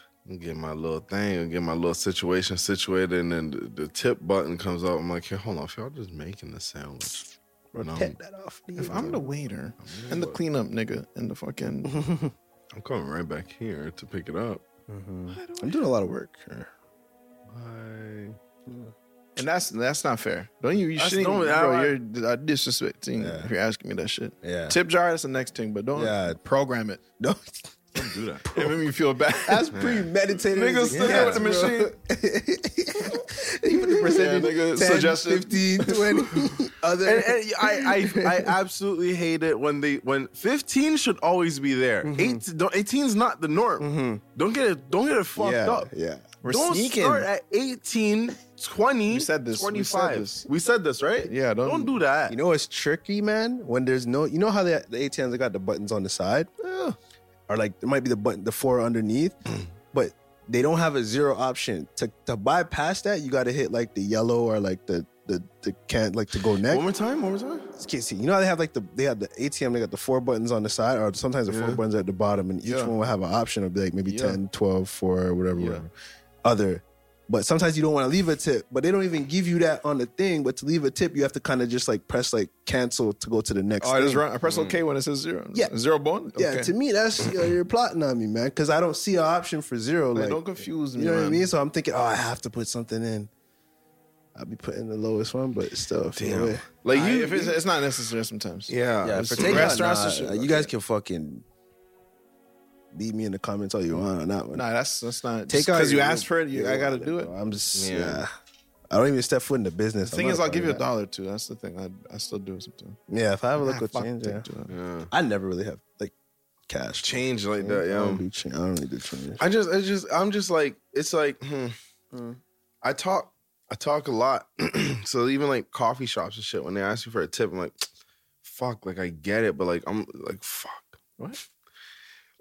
E: get my little thing and get my little situation situated and then the, the tip button comes up. I'm like, hey, hold on, if y'all just making the sandwich.
C: Bro, take that off me,
E: If I'm the waiter
C: and the cleanup nigga and the fucking.
E: I'm coming right back here to pick it up.
C: I'm doing a lot of work. here.
E: I-
C: And that's that's not fair. Don't you? You
E: That's
C: shouldn't.
E: no-
C: bro,
E: I-
C: you're uh, disrespecting
D: Yeah.
C: if you're asking me that shit.
D: Yeah.
C: Tip jar. That's the next thing, but don't
D: Yeah.
C: program it.
D: No,
E: Don't do that.
C: It made me feel bad.
D: that's premeditated.
C: Niggas
D: as it
C: still got
D: gets,
C: the
D: bro. you put the percentage,
E: nigga,
D: 10,
E: suggestion.
D: 15, 20, other.
E: and, and I, I I absolutely hate it when they when 15 should always be there.
C: Mm-hmm.
E: 18 don't 18's not the norm. Don't get it don't get it fucked
D: yeah,
E: up.
D: yeah.
C: We're
E: don't
C: sneaking.
E: start at 18, 20,
C: We said this. We
E: 25.
C: said this.
E: We said this, right?
C: Yeah, don't-
E: do that.
D: You know what's tricky, man? When there's no, you know how the, the ATMs they got the buttons on the side, or like there might be the button, the four underneath, but they don't have a zero option to to bypass that. You got to hit like the yellow or like the the the can't like to go next.
E: one more time, one more time.
D: Can't see. You know how they have like the they have the ATM, they got the four buttons on the side, or sometimes the four buttons at the bottom, and each
C: Yeah.
D: one will have an option of like maybe
C: Yeah.
D: 10, 12, 4, whatever, whatever. Other. But sometimes you don't want to leave a tip, but they don't even give you that on the thing. But to leave a tip, you have to kind of just like press like cancel to go to the next
C: Oh, I
D: thing.
C: just run. I press OK when it says zero.
D: Yeah.
C: zero bone.
D: Yeah,
C: Okay.
D: to me, that's you're, you're plotting on me, man, because I don't see an option for zero.
C: Like,
D: Like,
C: don't confuse me.
D: you know what
C: man.
D: I mean? So I'm thinking, oh, I have to put something in. I'll be putting the lowest one, but still, damn.
C: Like you, if it's, it's not necessary sometimes. Yeah,
D: Yeah, yeah.
C: for
D: For
C: takeout,
D: restaurants,
C: nah,
D: and shit, uh, you guys can fucking leave me in the comments all you want on that one.
C: Nah, that's that's not
D: Take
C: take
D: out
C: because you
D: your-
C: asked for it. You, I gotta do it.
D: I'm just
E: Yeah.
D: yeah. I don't even step foot in the business.
C: The
D: I'm
C: thing
D: not
C: is, I'll
D: part
C: give
D: of
C: you a
D: that.
C: dollar too. That's the thing. I I still do it sometimes.
D: Yeah, if I have a
C: Ah,
D: local
C: fuck
D: change,
C: that,
D: yeah.
C: dude.
E: Yeah.
D: I never really have like cash.
E: Change like
D: I
E: that,
D: don't,
E: yeah.
D: do change. I don't really do change.
E: I just, I just, I'm just like, it's like, hmm. I talk, I talk a lot. so even like coffee shops and shit, when they ask you for a tip, I'm like, fuck, like I get it, but like I'm like, fuck, what?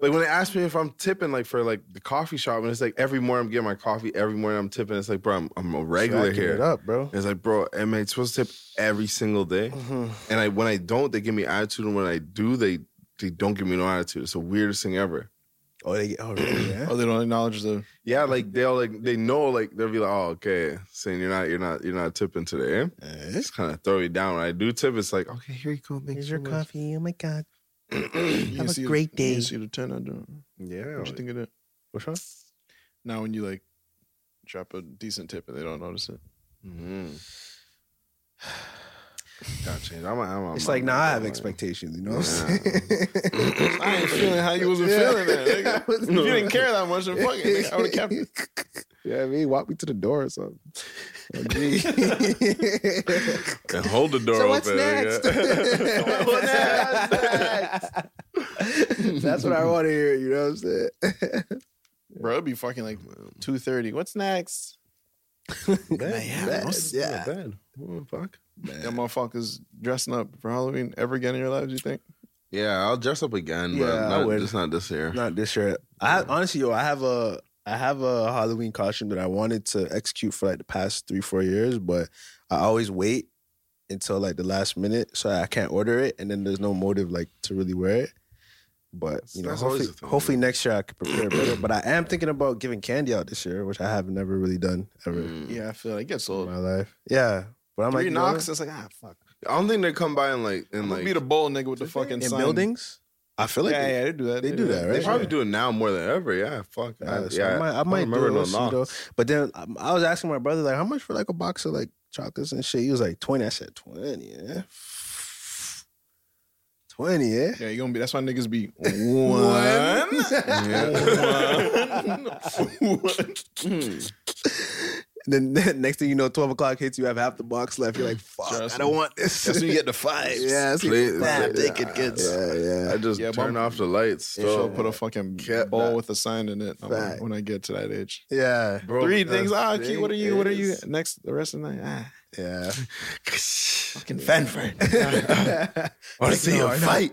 E: Like when they ask me if I'm tipping, like for like the coffee shop, and it's like every morning I'm getting my coffee, every morning I'm tipping. It's like, bro, I'm, I'm a regular
D: Racking
E: here.
D: it up, bro.
E: It's like, bro, am I supposed to tip every single day? And I when I don't, they give me attitude, and when I do, they they don't give me no attitude. It's the weirdest thing ever.
D: Oh, they get oh really? Yeah.
C: Oh, they don't acknowledge the.
E: Yeah, like they'll like they know like they'll be like, oh okay, saying you're not you're not you're not tipping today. eh? It's kind of throw you down. When I do tip, it's like okay, here you go, thanks
D: Here's
E: so
D: your
E: much.
D: coffee. Oh my god.
C: You
D: Have a
C: see
D: great
C: the,
D: day.
C: You see the ten I do.
E: Yeah,
C: What you think of that?
D: Which one?
C: Now when you like drop a decent tip and they don't notice it.
E: mm. got change. I'm, a, I'm, a-
D: It's
E: I'm
D: like
E: a-
D: now I have
E: I'm a-
D: expectations. You know what I'm saying?
C: I ain't feeling how you wasn't feeling that. Nigga. If you didn't care that much, then fuck it. nigga. I would have kept it.
D: Yeah, I mean, walk me to the door or something. Oh, gee.
E: And hold the door
D: so
E: open.
D: what's next?
E: nigga.
D: That's what I want to hear. You know what I'm saying?
C: Bro, it'd be fucking like two thirty. What's next?
E: Bad,
D: Bad,
E: yeah,
D: yeah.
E: bad. Oh, fuck.
C: That motherfuckers dressing up for Halloween ever again in your lives? You think?
E: Yeah, I'll dress up again, but
D: Yeah, I
E: not,
D: would.
E: just not this year.
D: Not this year. I honestly, yo, I have a. I have a Halloween costume that I wanted to execute for like the past three, four years, but I always wait until like the last minute, so I can't order it, and then there's no motive like to really wear it. But you know,
E: That's always
D: hopefully,
E: the thing,
D: hopefully next year I could prepare better. But I am thinking about giving candy out this year, which I have never really done ever
E: Mm.
C: Yeah, I feel like it gets
D: in
C: old.
D: my life. Yeah, but I'm
C: Three
D: like you know
C: knocks.
D: what?
C: It's like ah fuck.
E: I don't think they come by and like and
C: I'm
E: like
C: gonna be the bowl nigga with the fucking
D: in
C: sign.
D: buildings. I feel like
C: yeah,
D: they-
C: yeah, they do that.
D: they do that, right?
E: They probably
D: Yeah.
E: do it now more than ever. Yeah, fuck.
D: Uh,
E: I,
D: so
E: yeah,
D: I might, I might
E: remember
D: do
E: no
D: it soon, though.
E: knocks.
D: But then um, I was asking my brother like, how much for like a box of like chocolates and shit? He was like twenty. I said twenty. Yeah.
J: Twenty, yeah.
C: Yeah, you gonna be. That's why niggas be one,
J: one, one. Then next thing you know, twelve o'clock hits. You have half the box left. You're like, "Fuck, I don't want this."
D: That's when you get the fives.
J: Yeah, that's when you
E: Please.
J: get the fives.
D: Damn, take it, kids.
J: Yeah, yeah.
E: I just
C: Yeah,
E: turn
C: but-
E: off the lights.
C: Yeah, she'll
E: dog.
C: put a fucking
E: Cat
C: ball
E: back.
C: with a sign in it I'm like,
J: Fact.
C: when I get to that age.
J: Yeah,
E: Bro,
C: Three
E: the
C: things. Ah, key, what are
E: thing
C: you? What are you?
E: is-
C: Next, the rest of the night. Ah,
J: yeah.
C: fucking
D: I want to see
J: No,
D: a
J: I know.
D: fight.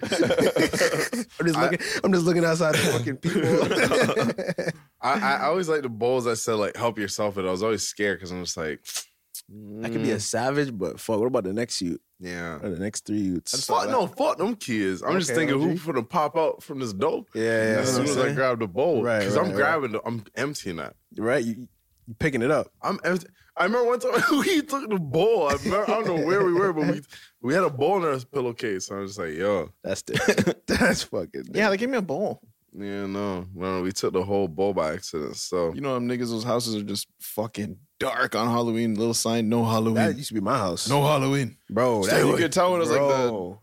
J: I'm just looking. I, am just looking outside the fucking people.
E: I, I- I always like the bowls that said like help yourself, but I was always scared because I'm just like,
D: I could be a savage, but fuck. What about the next youth
E: yeah.
D: or the next three youths?
E: Fuck no, fuck them kids. I'm just
J: Okay,
E: thinking
J: OG.
E: who's gonna pop out from this dope.
J: Yeah, yeah,
E: As
J: that's
E: soon
J: what
E: as
J: I'm
E: I
J: saying.
E: grab the bowl,
J: Right,
E: because
J: right,
E: I'm
J: right.
E: grabbing, the, I'm emptying that.
D: Right, you, you picking it up.
E: I'm empty. I remember one time we took the bowl. I, remember, I don't know where we were, but we we had a bowl in our pillowcase. I was just like, yo,
J: That's different. That's fucking.
C: Yeah, like give me a bowl.
E: yeah, no, no, we took the whole bowl by accident. So
C: You know them niggas. Those houses are just fucking dark on Halloween. Little sign, no Halloween.
D: That used to be my house.
C: no Halloween.
D: bro,
C: Stay
D: that
C: away.
D: you could tell when it was
C: Bro,
D: like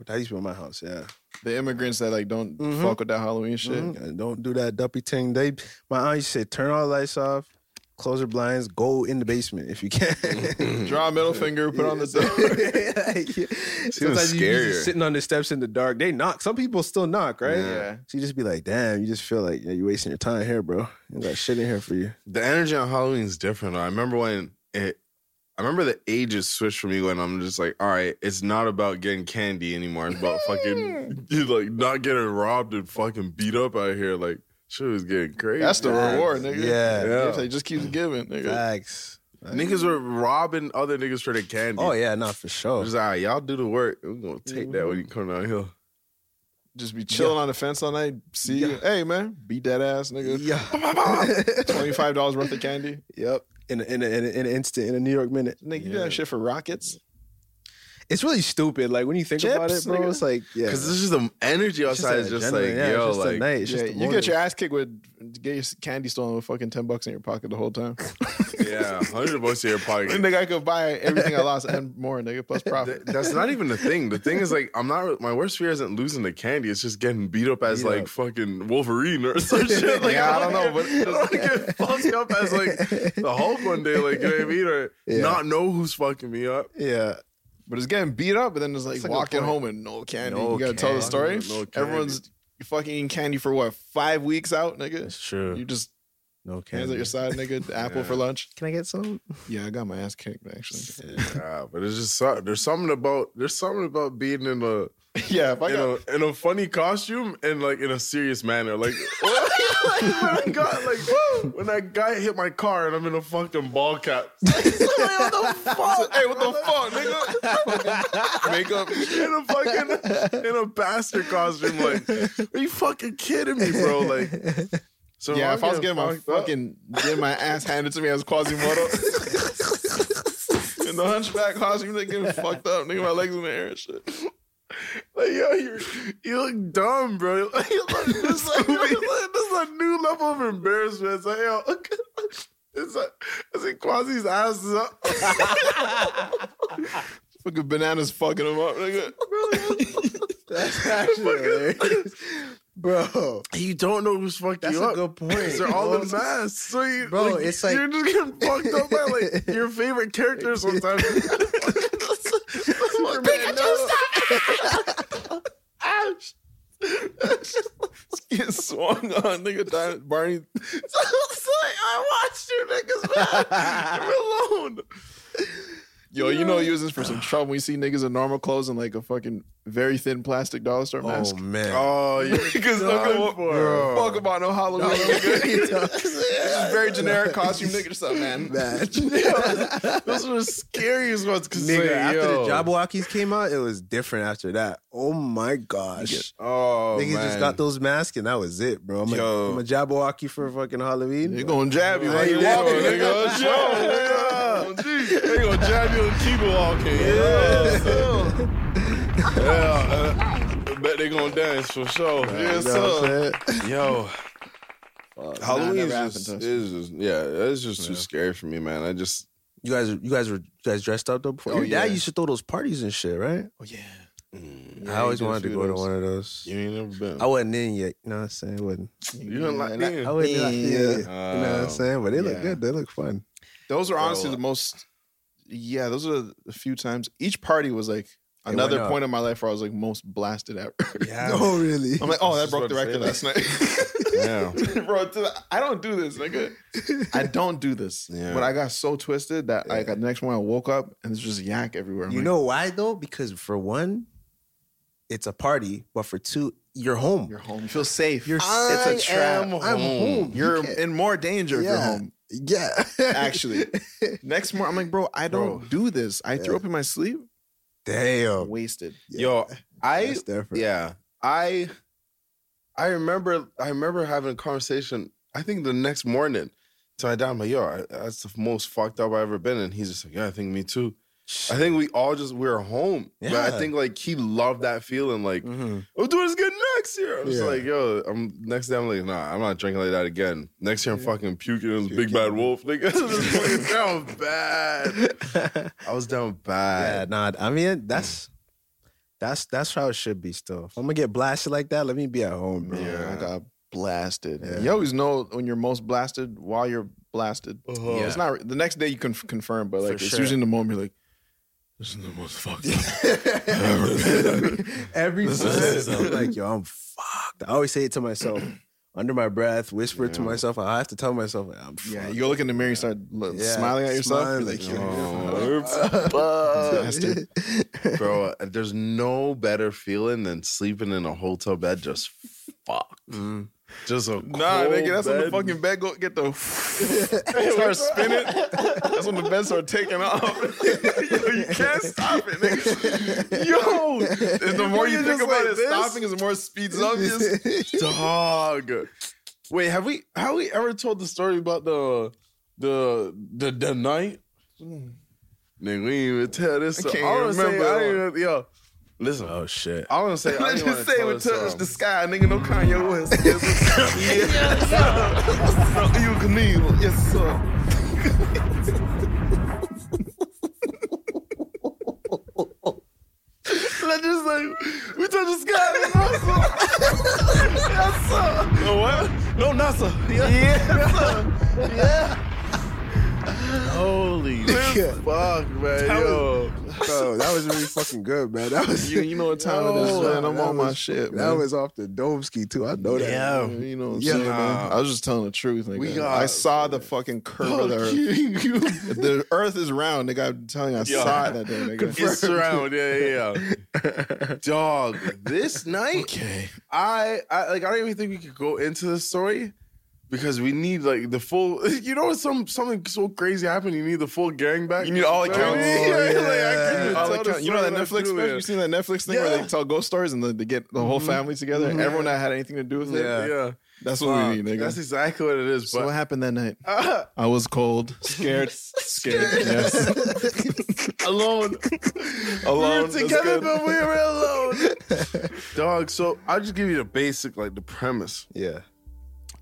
D: the that used to be my house. Yeah,
C: The immigrants that like don't
D: Mhm.
C: fuck with that Halloween shit.
D: Mhm. And don't do that dumpy thing. They, my aunt used to say, turn all the lights off, close your blinds, go in the basement if you can.
C: Draw a middle finger, put on the door.
D: Sometimes you you
E: scarier.
D: just sitting on the steps in the dark. They knock. Some people still knock, right?
C: Yeah.
D: So you just be like, damn, you just feel like yeah, you're wasting your time here, bro. You got shit in here for you.
E: the energy on Halloween is different. though. I remember when it, I remember the ages switched for me when I'm just like, all right, it's not about getting candy anymore. It's about fucking you like not getting robbed and fucking beat up out here. Like shit was getting crazy.
C: That's the reward, nigga.
D: Yeah. Mm.
E: Yeah.
C: They just keeps giving, nigga.
D: Facts.
E: niggas were robbing other niggas for the candy.
D: Oh yeah, Mm-hmm. not for sure.
E: Just like, all right, y'all do the work. We're gonna take that when you come down here.
C: just be chilling on the fence all night. See you. Hey man, beat that ass, nigga.
D: Yeah.
C: Twenty five dollars worth of candy.
D: Yep. In a, in, a, in, a, in an instant, in a New York minute.
C: Nigga, you do that shit for rockets.
D: It's really stupid. Like when you think about it,
C: Chips,
D: bro,
C: nigga.
D: it's like yeah.
E: Because this is the energy
D: It's
E: outside
D: an
E: is just like
D: adrenaline, yeah,
E: yo,
D: it's just a
E: like
D: night, it's
C: Yeah,
D: just the
C: you
D: morning.
C: get your ass kicked with get your candy stolen with fucking ten bucks in your pocket the whole time.
E: yeah, hundred bucks in your pocket.
C: nigga, I could buy everything I lost and more, nigga, plus
E: Th-
C: profit.
E: that's not even the thing. The thing is, like, I'm not. My worst fear isn't losing the candy. It's just getting beat up as
D: Beat
E: like
D: up.
E: fucking Wolverine or some shit. Like,
C: Yeah, I don't know,
E: wanna get-
C: but-
E: I don't wanna get fucked up as like the Hulk one day. Like, you know what I mean? Or not know who's fucking me up.
C: Yeah. But it's getting beat up, and then it's like
E: a good
C: walking
E: point.
C: home and no candy.
E: No
C: you gotta tell the story.
E: candy, no candy.
C: Everyone's fucking eating candy for what, five weeks out, nigga?
D: true.
C: You just
D: No
C: hands at your side, nigga, apple for lunch.
D: Can I get some?
C: Yeah, I got my ass kicked, actually.
E: Yeah, but it's just so- there's something about there's something about being in a
C: yeah, if I
E: in
C: got
E: a in a funny costume and like in a serious manner. Like, when I got like when that guy hit my car and I'm in a fucking ball cap.
C: Hey, what the fuck, nigga?
E: makeup in a fucking in a bastard costume. Like, are you fucking kidding me, bro? Like, so
C: Yeah, if I was getting my
E: fucked up-
C: fucking getting my ass handed to me as Quasimodo. In the hunchback costume, they getting fucked up. Nigga, my legs in the air and shit.
E: like, yo, you you look dumb, bro. You look, this, is like, this is a new level of embarrassment. It's like, yo, it's like, it's like Quasi's ass is up.
C: Fucking bananas fucking him up, nigga.
D: That's actually hilarious. Bro,
E: You don't know who's fucked
D: that's
E: you
D: a
E: up.
D: good point.
E: They're all in
D: bro.
E: masks. So you,
D: Bro, it's like-
E: you're just getting fucked up by like your favorite characters sometimes. Pikachu,
C: Get swung on, nigga. Di- Barney.
E: I watched you niggas, man. Leave me alone.
C: Yo, you know he was in for some trouble. We see niggas in normal clothes and like a fucking very thin plastic dollar store mask.
D: Oh man.
E: Oh, you
C: Because nigga, fuck about no Halloween. nigga. This is very generic costume, nigga. Just up, man.
E: Those were the scariest ones. Cause
D: Nigga,
E: like,
D: after
E: yo.
D: the Jabberwockies came out, it was different after that. Oh my gosh.
E: oh,
D: Niggas just
E: man.
D: got those masks and that was it, bro. I'm, like,
E: Yo.
D: I'm a Jabberwocky for fucking Halloween.
C: They gonna jab you right
D: Hey,
C: you
D: yo,
C: walking,
D: nigga.
C: nigga. Oh,
E: Yo, nigga. They gonna jab you and keep walking. Yeah, so. yeah. uh, I bet they gonna dance for sure. Yeah,
D: You know what
E: so.
D: I'm saying?
E: Yo, Halloween
C: never
E: is,
C: happened
E: just,
C: to
E: is just yeah, it's just too scary for me, man. I just
D: You guys, you guys were you guys dressed up though before.
C: Oh,
D: Your
C: yeah.
D: dad used to throw those parties and shit, right?
C: yeah.
D: I always wanted to go to one of those.
E: You ain't never been.
D: I wasn't in yet. You know what I'm saying? I wasn't.
E: You don't like
D: I,
E: being.
D: I wasn't locked in yet. you know what
E: Oh,
D: I'm saying? But they look
C: yeah.
D: good. They look fun.
C: Those are honestly
E: Bro.
C: the most. Yeah, those are the few times. Each party was like
D: went
C: another
D: up.
C: point in my life where I was like most blasted ever.
D: Yeah. Oh, really?
C: I'm like, oh,
E: I
C: that
E: was
C: broke the
E: just
C: record
E: about to
C: last night.
E: Yeah.
C: Bro, to the- I don't do this, nigga. I don't do this.
E: Yeah.
C: But I got so twisted that like the next morning I woke up and there's just yak everywhere. I'm
D: You
C: like,
D: know why though? Because for one, it's a party, but for two, you're home.
C: you're home. You feel safe. You're
D: I
C: it's a trap.
D: am I'm home.
C: You're
D: You can't-
C: in more danger if you're
D: Yeah.
C: home.
D: yeah.
C: Actually, next morning I'm like, bro, I don't do this. I threw up in my sleep.
D: Damn.
C: Wasted.
E: Yo, I
D: That's different.
E: yeah, I I remember I remember having a conversation. I think the next morning, to my dad, I'm like, yo, I- that's the most fucked up I've ever been, and he's just like, yeah, I think me too. I think we all just we were home, but
D: Yeah.
E: I think like he loved that feeling. Like
C: Mm-hmm.
D: Mhm.
E: we'll do this again next year. I'm just
D: Yeah.
E: like, yo, I'm next day. I'm like, nah, I'm not drinking like that again. Next year, I'm fucking puking on this big bad wolf. Like, I was fucking down bad. I was down
D: Yeah,
E: bad.
D: nah. I
C: Mm.
D: mean, that's that's that's how it should be. Still, if I'm gonna get blasted like that, let me be at home, bro.
C: I
E: Yeah.
C: got blasted.
D: Yeah.
C: You always know when you're most blasted while you're blasted.
E: Yeah.
C: It's not the next day you can f- confirm, but like
D: Uh-huh. For
C: it's
D: sure.
C: usually in the moment you're like,
E: This is the most fucked up.
D: Every
E: is
D: time,
E: it.
D: I'm like, yo, I'm fucked. I always say it to myself under my breath, whisper it to myself. I have to tell myself, like, I'm fucked.
C: yeah, you go look in the mirror, you start lo-
D: Yeah,
C: smiling at yourself. You're
D: smiling.
C: like, yo,
E: Oh. Bastard. Bro, there's no better feeling than sleeping in a hotel bed just fucked. Just a
C: Nah,
E: cold
C: nigga, that's
E: bed.
C: when the fucking bed go get the start spinning. That's when the bed start taking off. Yo, you can't stop it, nigga. Yo, and the more you think about it stopping, is the more it speeds up. Just
E: dog. Wait, have we have we ever told the story about the the the, the night? Nigga, we ain't even tell this.
C: Mm. I can't
E: I wanna
C: even
E: say-
C: remember.
E: I ain't even- yo, listen.
D: Oh shit.
E: I want to say. I
C: Let's
E: didn't wanna
C: just say
E: tell
C: we
E: this
C: touched
E: song.
C: the sky, nigga. No Kanye West. Yes, sir. yeah. no, you Knievel. Yes, sir.
E: Let's just like we touched the sky. NASA. yes, sir. No Oh, what? No NASA. Yeah. sir. Yeah. Holy fuck, man. Yo.
D: Bro, that was really fucking good, man. That was
C: You, you know what time it is,
D: Yo,
C: man. I'm
D: that
C: on my
D: was-
C: shit,
D: That
C: man.
D: was off the dome ski too. I know that.
E: Yeah.
C: You know what I'm
D: Yeah.
C: saying, man? I was just telling the truth. Like,
E: We
C: I
E: got- Oh,
C: saw the fucking curve of the earth. the earth is round, nigga. I'm telling you, I
E: Yo.
C: saw it that day, nigga.
E: It's around, yeah, yeah, yeah. Dog, this night,
C: Okay.
E: I, I like I don't even think we could go into the story because we need like the full. You know, when some something so crazy happened. You need the full gang back.
C: You need all accounts.
E: Yeah, yeah, like, I
C: You need
E: can't even
C: all
E: tell the
C: accounts. You know
E: story
C: that
E: without
C: Netflix
E: doing
C: special?
E: it.
C: You seen that Netflix thing where
E: Yeah.
C: they tell ghost stories and then they get the whole family together? Everyone that had anything to do with
E: Yeah.
C: it?
E: yeah.
C: That's what we need, nigga.
E: That's exactly what it is.
C: so
E: But
C: what happened that night?
E: Ah,
C: I was cold, scared, scared. Yes.
E: alone,
C: Alone,
E: alone.
C: that's
E: We were together,
C: good.
E: but we were alone. Dog. So I'll just give you the basic, like the premise.
D: Yeah.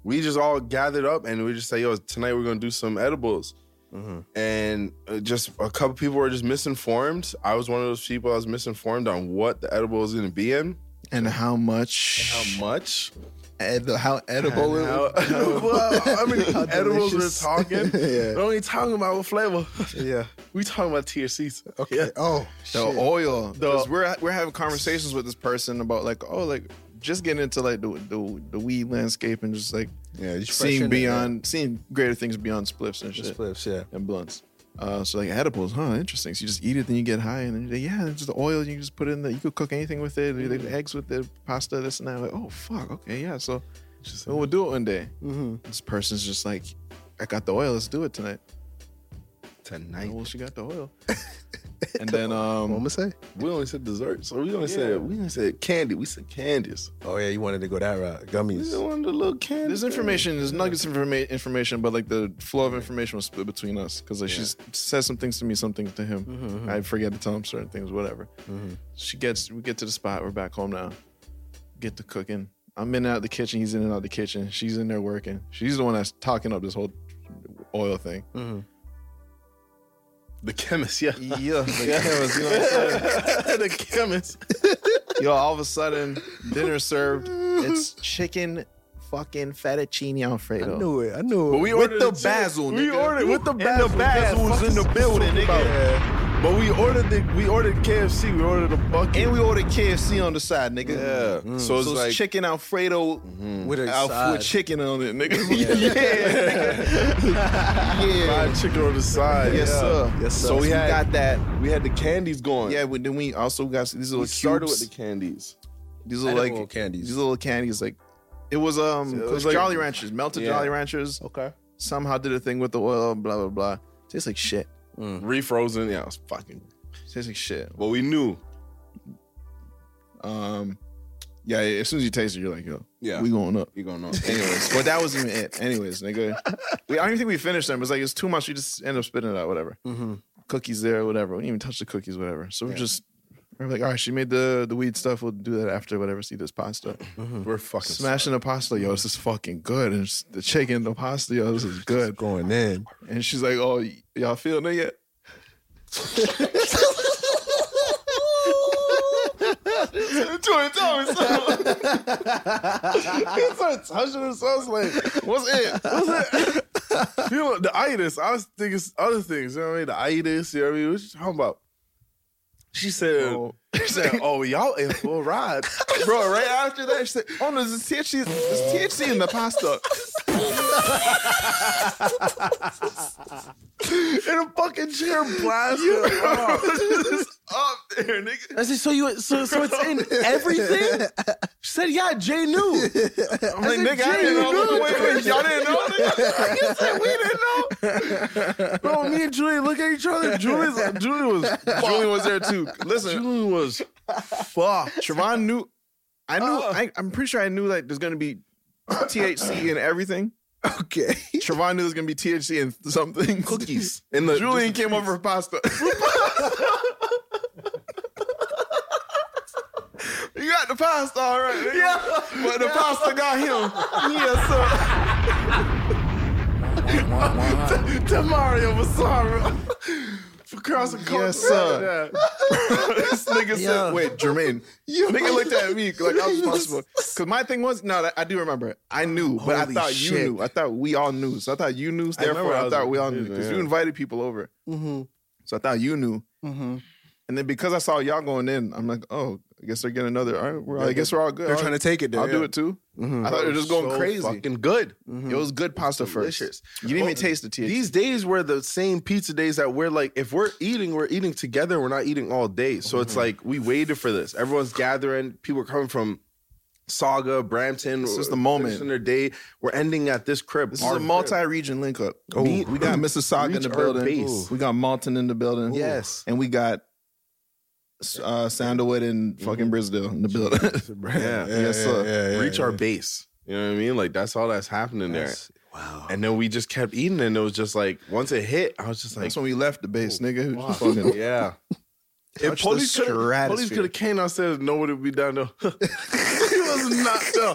E: we just all gathered up and we just say, yo, tonight we're gonna do some edibles. Mm-hmm. And uh, just a couple people were just misinformed. I was one of those people I was misinformed on what the edible was gonna be in,
C: And how much?
E: how much,
C: ed- how edible it
E: and how,
C: was.
E: well, I mean,
D: How
E: edibles
D: delicious.
E: we're talking.
D: Yeah.
E: We're only talking about what flavor.
D: Yeah.
E: we talking about THCs.
D: Okay. Oh.
C: The
D: shit.
C: oil. Because we're we're having conversations with this person about like, oh, like just getting into like the the, the weed landscape and just like
D: Yeah. you freshen
C: seeing
D: it,
C: beyond seeing greater things beyond spliffs and
D: yeah.
C: shit
D: Just flips. Yeah.
C: and blunts. Uh, so like edibles, huh? Interesting. So you just eat it, then you get high, and then you're like, yeah, it's just the oil. You can just put it in the. You could cook anything with it. You like eggs with it, pasta, this and that. Like, oh fuck, okay, yeah. So well, we'll do it one day. This person's just like, I got the oil. Let's do it tonight.
E: Tonight.
C: Well, she got the oil. and then um,
D: What am I say?
E: We only said dessert, so we only said we only said candy. We said candies.
D: Oh yeah, you wanted to go that route.
E: We just
D: Gummies.
E: wanted a little candy.
C: There's information. There's nuggets of informa- information, but like the flow of information was split between us because like she's says some things to me, some things to him.
D: Mm-hmm,
C: I forget to tell him certain things, whatever. She gets. We get to the spot. We're back home now. Get to cooking. I'm in and out the kitchen. He's in and out the kitchen. She's in there
D: Mm-hmm.
C: working. She's the one that's talking up this whole oil thing.
E: The chemist, yeah.
C: Yeah, the chemist, you know what
E: I'm saying? the chemist.
C: Yo, all of a sudden, dinner served. It's chicken fucking fettuccine alfredo.
D: I knew it. I knew it.
C: But we ordered
E: the
C: with the basil.
E: We
C: nigga.
E: ordered with the basil.
C: And the
E: basil was
C: Fuck
E: in
C: is
E: the
C: this
E: building,
C: talking
E: nigga.
C: about?
E: But we ordered the we ordered KFC. We ordered a bucket.
C: And we ordered KFC on the side, nigga. Mm-hmm.
E: Yeah. Mm. So it's like-
C: chicken alfredo
D: Mm.
C: with,
J: a
C: alf-
J: side.
C: with chicken on it, nigga. Mm-hmm. yeah.
E: yeah. fried chicken on the side.
C: Yes,
E: yeah.
C: sir. Yes,
E: So we, had,
C: got that.
E: we had the candies going.
C: Yeah, but then we also got these little
E: we started
C: cubes.
E: with the candies.
C: These little
J: Edible
C: like
J: candies.
C: These little candies, like it was um
E: So it
C: it
E: was
C: was
E: like-
C: Jolly Ranchers, melted
E: Yeah.
C: Jolly Ranchers.
E: Okay.
C: Somehow did a thing with the oil, blah blah blah. Tastes like shit.
E: Mm. Refrozen. Yeah, it was fucking.
C: Tastes like shit.
E: But we knew.
C: Um, yeah. As soon as you taste it, you're like, yo,
E: Yeah.
C: we going up.
E: You gonna know.
C: Anyways, but that wasn't even it. Anyways, nigga, we, I don't even think we finished them. It's like it's too much. We just end up spitting it out, whatever. Cookies there, whatever. We didn't even touch the cookies, whatever. So we're just we're like, all right, she made the the weed stuff. We'll do that after, whatever. See this pasta,
E: We're fucking
C: smashing the pasta. Yo, this is fucking good. And it's the chicken, the pasta. Yo, this is good.
D: Going in.
C: And she's like, oh, y- y'all feeling it yet?
E: he started touching himself. I was like, what's it? What's it? you know, the itis. I was thinking other things. You know what I mean? The itis. You know what I mean? What you talking about? She said,
C: Oh.
E: she said, oh, y'all in for a ride. Bro, right after that, she said, oh, no, there's THC, there's THC in the pasta. in a fucking chair blaster. Just up there, nigga.
K: I said, so you so so it's in everything? She said, yeah, Jay knew.
E: I'm like, nigga, I didn't know. Wait, wait, y'all didn't know? Nigga? You said we didn't know. Bro, me and Julie look at each other. Julie's, Julie was,
C: Julian was there too. Listen,
E: Julie was, Uh.
C: fuck. Siobhan knew. I knew. I, I'm pretty sure I knew like there's gonna be THC in everything.
D: Okay.
C: Siobhan knew there's gonna be THC in something. Cookies.
E: And the-
C: Julian came over for pasta. you got the pasta, all right? Yeah. But the pasta got him. Yes, sir.
E: to Mario Masara. Across the country.
C: Yes, sir. this nigga
D: Yeah.
C: said, "Wait, Jermaine." Nigga looked at me like I was responsible. Cause my thing was, no, I do remember it. I knew, but I
D: Holy
C: thought you
D: shit.
C: knew. I thought we all knew. So I thought you knew.
E: I remember
C: Therefore,
E: I
C: I,
E: was
C: thought we all knew
E: confused,
C: because
E: yeah.
C: you invited people over.
D: Mm-hmm.
C: So I thought you knew.
D: Mm-hmm.
C: And then because I saw y'all going in, I'm like, oh, I guess they're getting another. All right, we're, I guess we're all good.
D: They're
C: I'll-
D: trying to take it there.
C: I'll do it too. I thought they were just going
E: So
C: crazy.
E: Fucking good.
C: It was good pasta
E: Delicious.
C: first. You didn't even taste the THC.
E: These days were the same pizza days that we're like, if we're eating, we're eating together. We're not eating all day. So
C: Mm-hmm.
E: it's like we waited for this. Everyone's gathering. People are coming from Saga, Brampton.
C: This is the moment.
E: finishing their day. We're ending at this crib.
C: This
E: Our
C: is a
E: crib.
C: multi-region link up.
E: Oh.
C: we, we got Mississauga in
E: Reach
C: the
E: our
C: building.
E: base.
C: We got Malton in the building.
E: Yes.
C: and we got uh, Sandalwood and fucking Brisdale in the building.
E: Yeah.
C: yes, sir.
E: Reach our base. You know what I mean? Like that's all that's happening there. Wow. And then we just kept eating, and it was just like once it hit, I was just like,
C: That's when we left the base, nigga. Wow.
E: yeah.
C: Touch
E: If
C: the
E: police could have police
C: stratosphere.
E: could have came downstairs, nobody would be down there. we was not done.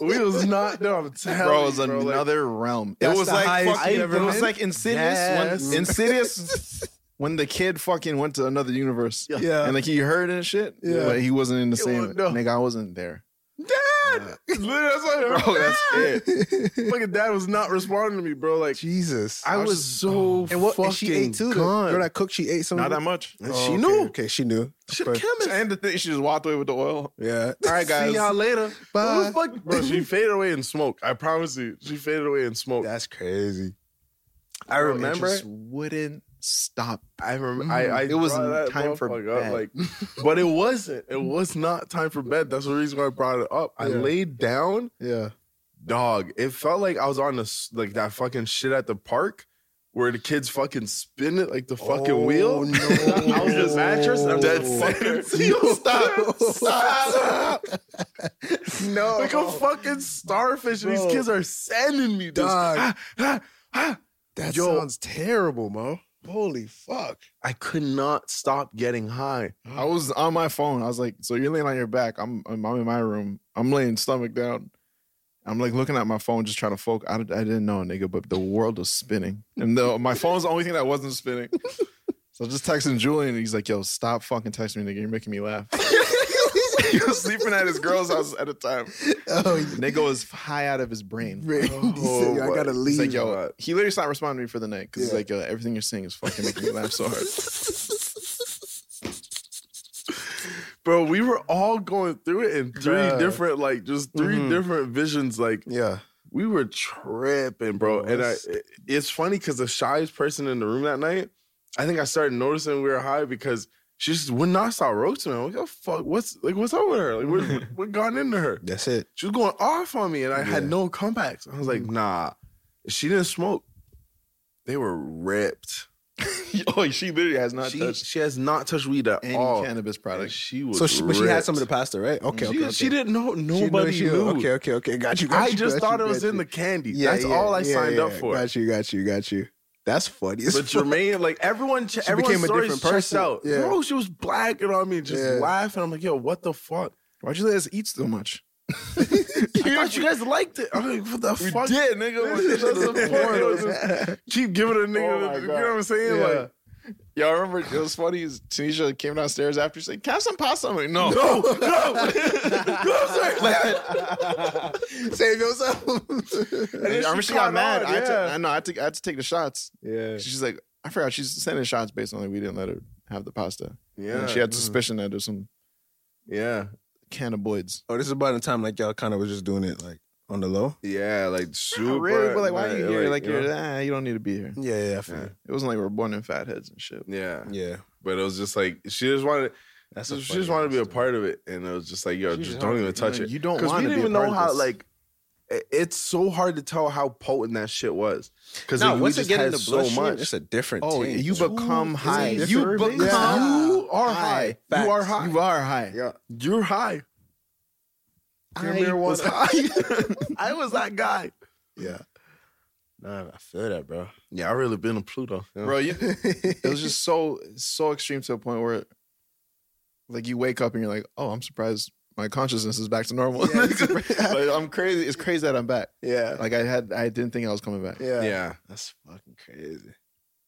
E: We was not done. I'm telling
C: Bro, it
E: you,
C: was
E: bro, like-
C: another realm. It
D: That's
C: was
D: the
C: like
D: highest
C: fucking,
D: you've ever
C: it was
D: been?
C: like Insidious.
D: Yes.
C: When, insidious. When the kid fucking went to another universe,
D: Yeah.
C: and like he heard and shit,
D: Yeah.
C: but he wasn't in the same.
E: wasn't done.
C: Nigga, I wasn't there.
E: Dad, literally, that's what I heard.
C: Bro, that's
E: Dad! Fucking dad was not responding to me, bro. Like
D: Jesus.
E: I was so
D: and what
E: fucking
D: and she ate too. The
E: gone.
D: girl that cooked, she ate some.
C: Not
D: of it?
C: that much.
E: And
D: Oh,
E: she
D: okay,
E: knew.
D: Okay, she knew.
E: She the
D: Okay.
E: chemist.
C: And the thing, she just walked away with the oil.
D: Yeah.
C: All right, guys.
E: See y'all later.
D: Bye.
E: What the fuck? Bro, she faded away in smoke. I promise you, she faded away in smoke.
D: That's crazy.
E: I
C: Bro, it
E: remember.
C: just wouldn't stop.
E: I remember. I, I
C: Mm. It was
E: brought that
C: time for
E: motherfucker up,
C: bed.
E: like, but it wasn't. It was not time for bed. That's the reason why I brought it up. I
C: Yeah.
E: laid down,
C: Yeah.
E: dog. It felt like I was on this like that fucking shit at the park. Where the kids fucking spin it like the fucking
D: Oh,
E: wheel.
D: no.
E: I was just mattress. I'm dead center. Yo, stop. Stop.
D: No.
E: Like a fucking starfish. These
D: Bro.
E: kids are sending me this.
D: Dog.
E: Ah, ah, ah.
D: that
E: Yo.
D: sounds terrible, Mo. Holy fuck.
E: I could not stop getting high.
C: I was on my phone. I was like, so you're laying on your back. I'm I'm, I'm in my room. I'm laying stomach down. I'm like looking at my phone, just trying to focus. I, I didn't know, nigga, but the world was spinning. And the, my phone's the only thing that wasn't spinning. So I was just texting Julian, and he's like, "Yo, stop fucking texting me, nigga. You're making me laugh." he was sleeping at his girl's house at the time. Oh, nigga was high out of his brain.
J: Oh, I gotta leave.
C: He's like, yo, he literally stopped responding to me for the night because he's like, yo, everything you're saying is fucking making me laugh so hard.
E: Bro, we were all going through it in three
C: Bruh.
E: different, like just 3
D: Mm-hmm.
C: Mhm.
E: different visions. Like,
C: Yeah.
E: we were tripping, bro. And I, it- it's funny because the shyest person in the room that night, I think I started noticing we were high because she just would not stop roasting me. I'm like, oh fuck, what's like, what's up with her? Like, we're we're gone into her.
D: That's it.
E: She was going off on me, and I had no comebacks. I was
D: Mm-hmm.
E: like, nah. She didn't smoke. They were ripped.
C: oh, she literally has not
E: she,
C: touched-
E: She has not touched weed at
C: Any
E: all.
C: cannabis product.
E: She was.
D: So, she, but she had
E: ripped.
D: some of the pasta, right? Okay,
E: She-
D: okay, okay.
E: she didn't know-
D: She
E: nobody
D: she-
E: knew.
D: Okay, okay, okay. Got you. got
E: I
D: you,
E: just
D: got
E: thought
D: you,
E: it was
D: got
E: in
D: you.
E: the candy. That's all I signed up for.
D: Got you, got you, got you. That's funny. as
E: But
D: fuck.
E: Jermaine, like everyone, ch-
D: She
E: everyone's
D: became a
E: stories
D: different person.
E: checked out.
D: Yeah.
E: Bro, she was blacking on me, just
D: Yeah.
E: laughing. I'm like, yo, what the fuck?
C: Why'd you let us eat so much?
E: I thought you guys liked it. I'm like, what the fuck?
C: did, nigga.
E: Like, that's the point. It was just- Keep giving a
C: Oh
E: nigga. the- you know what I'm saying?
C: Yeah.
E: Like,
C: Y'all remember it was funny. is Tanisha came downstairs after she's like, Can I have some pasta? I'm like, no.
E: no, no, no, sorry.
D: Save yourself.
C: And I remember she got
E: caught
C: mad.
E: on,
C: I, had to,
E: yeah.
C: I know I had, to, I had to take the shots.
D: Yeah.
C: She's like, I forgot. She's sending shots based on like we didn't let her have the pasta.
E: Yeah.
C: And she had suspicion that there's some
E: yeah,
C: cannabinoids.
D: Oh, this is about the time like y'all kind of was just doing it like on the low.
E: yeah, like super.
C: really? But like, why are you here? Like,
E: you
C: you are
E: know?
C: ah, you don't need to be here.
D: Yeah, yeah, I feel
E: Yeah.
D: you.
C: It wasn't like we were born in fat heads and shit.
E: yeah,
D: yeah.
E: But it was just like she just wanted.
D: That's
E: So
D: a
E: she
D: funny
E: just wanted to be a
D: story.
E: part of it, and it was just like, yo,
C: She
E: just
C: just
E: don't
C: wanted-
E: even touch
C: you know,
E: it.
C: you don't
E: 'Cause
C: wanna
E: we didn't
C: be a
E: even
C: part
E: know
C: of
E: how
C: this.
E: like it- it's so hard to tell how potent that shit was because
D: Nah,
E: we
D: once it
E: just
D: get in
E: had
D: the
E: so
D: bloodstream,
E: much.
D: it's a different.
C: Oh,
D: taste.
C: you become high.
D: different
C: You
D: baby.
C: become
D: Yeah.
C: you are high.
D: Facts.
C: You are high. You are high.
E: yeah, you're high.
C: Your marijuana-
E: was high. I was that guy.
D: Yeah. Nah, I feel that, bro.
E: Yeah, I really been a Pluto, yeah.
C: Bro, you, it was just so so extreme to a point where like you wake up and you're like, oh, I'm surprised my consciousness is back to normal. Like, I'm crazy. It's crazy that I'm back.
D: Yeah.
C: Like I had I didn't think I was coming back.
D: Yeah.
E: Yeah,
D: That's fucking crazy.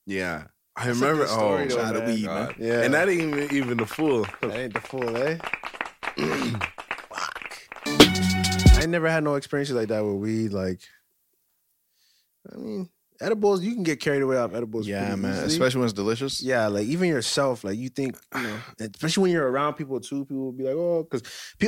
E: yeah. I remember. oh,
D: though,
E: God,
D: man.
E: weed,
D: God.
E: man.
D: Yeah.
E: and that ain't even, even the full.
D: That ain't the full, eh? I ain't never had no experiences like that with weed. Like, I mean, edibles, you can get carried away off edibles.
C: Yeah,
D: pretty
C: man.
D: easily.
C: Especially when it's delicious.
D: Yeah, like even yourself, like you think, you know, especially when you're around people too, people will be like, oh, because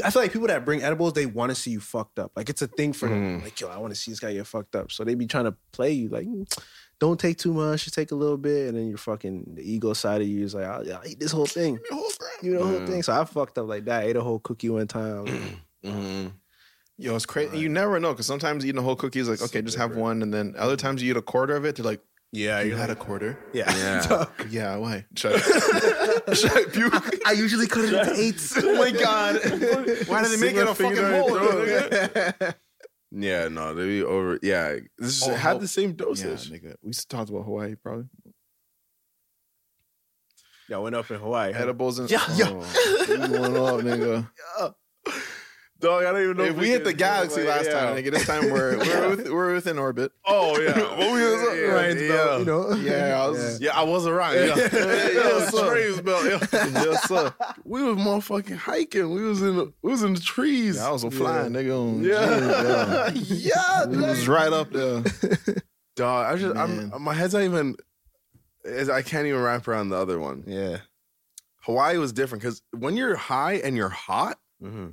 D: I feel like people that bring edibles, they want to see you fucked up. Like it's a thing for them. Like, yo, I want to see this guy get fucked up. So they be trying to play you, like, "Mm, don't take too much, just take a little bit. And then your fucking the ego side of you is like, I'll, I'll eat this whole thing. You know, whole thing. So I fucked up like that. I ate a whole cookie one time.
E: Mm-hmm.
C: Yo, it's crazy. You never know because sometimes eating a whole cookie is like, okay, just have one, and then other times you eat a quarter of it. They're like,
D: yeah,
C: you had a quarter.
D: yeah.
C: Yeah, why? Should I, should I puke?
D: I usually cut it into eights.
C: Oh my god! Why did they make it a fucking hole?
E: Yeah, no, they be over. Yeah, this
C: Oh,
E: had
C: how-
E: the same
C: Yeah,
E: dosage.
C: nigga. We s- talked about Hawaii, probably.
D: Yeah, I went up in Hawaii. huh?
C: Edibles and
D: Yeah, yeah.
C: Oh, we going off, nigga.
E: Dog, I don't even know
C: If we hit the
E: can-
C: galaxy
E: like,
C: last
E: yeah.
C: time, nigga, this time we're we're, with, we're within orbit.
E: Oh yeah, what we was up-
D: Ryan's
E: yeah.
D: belt, you know?
C: Yeah, I was.
E: Yeah, I was around. Yeah, yeah, yeah, Trey's belt. Yeah. We was motherfucking hiking. We was in the, we was in the trees.
C: I was a flying nigga. On
E: Yeah. yeah,
C: It was right up there.
E: dog. I just I'm,
C: Man.
E: my head's not even. is- I can't even wrap around the other one.
D: Yeah.
E: Hawaii was different because when you're high and you're hot,
D: Mm-hmm.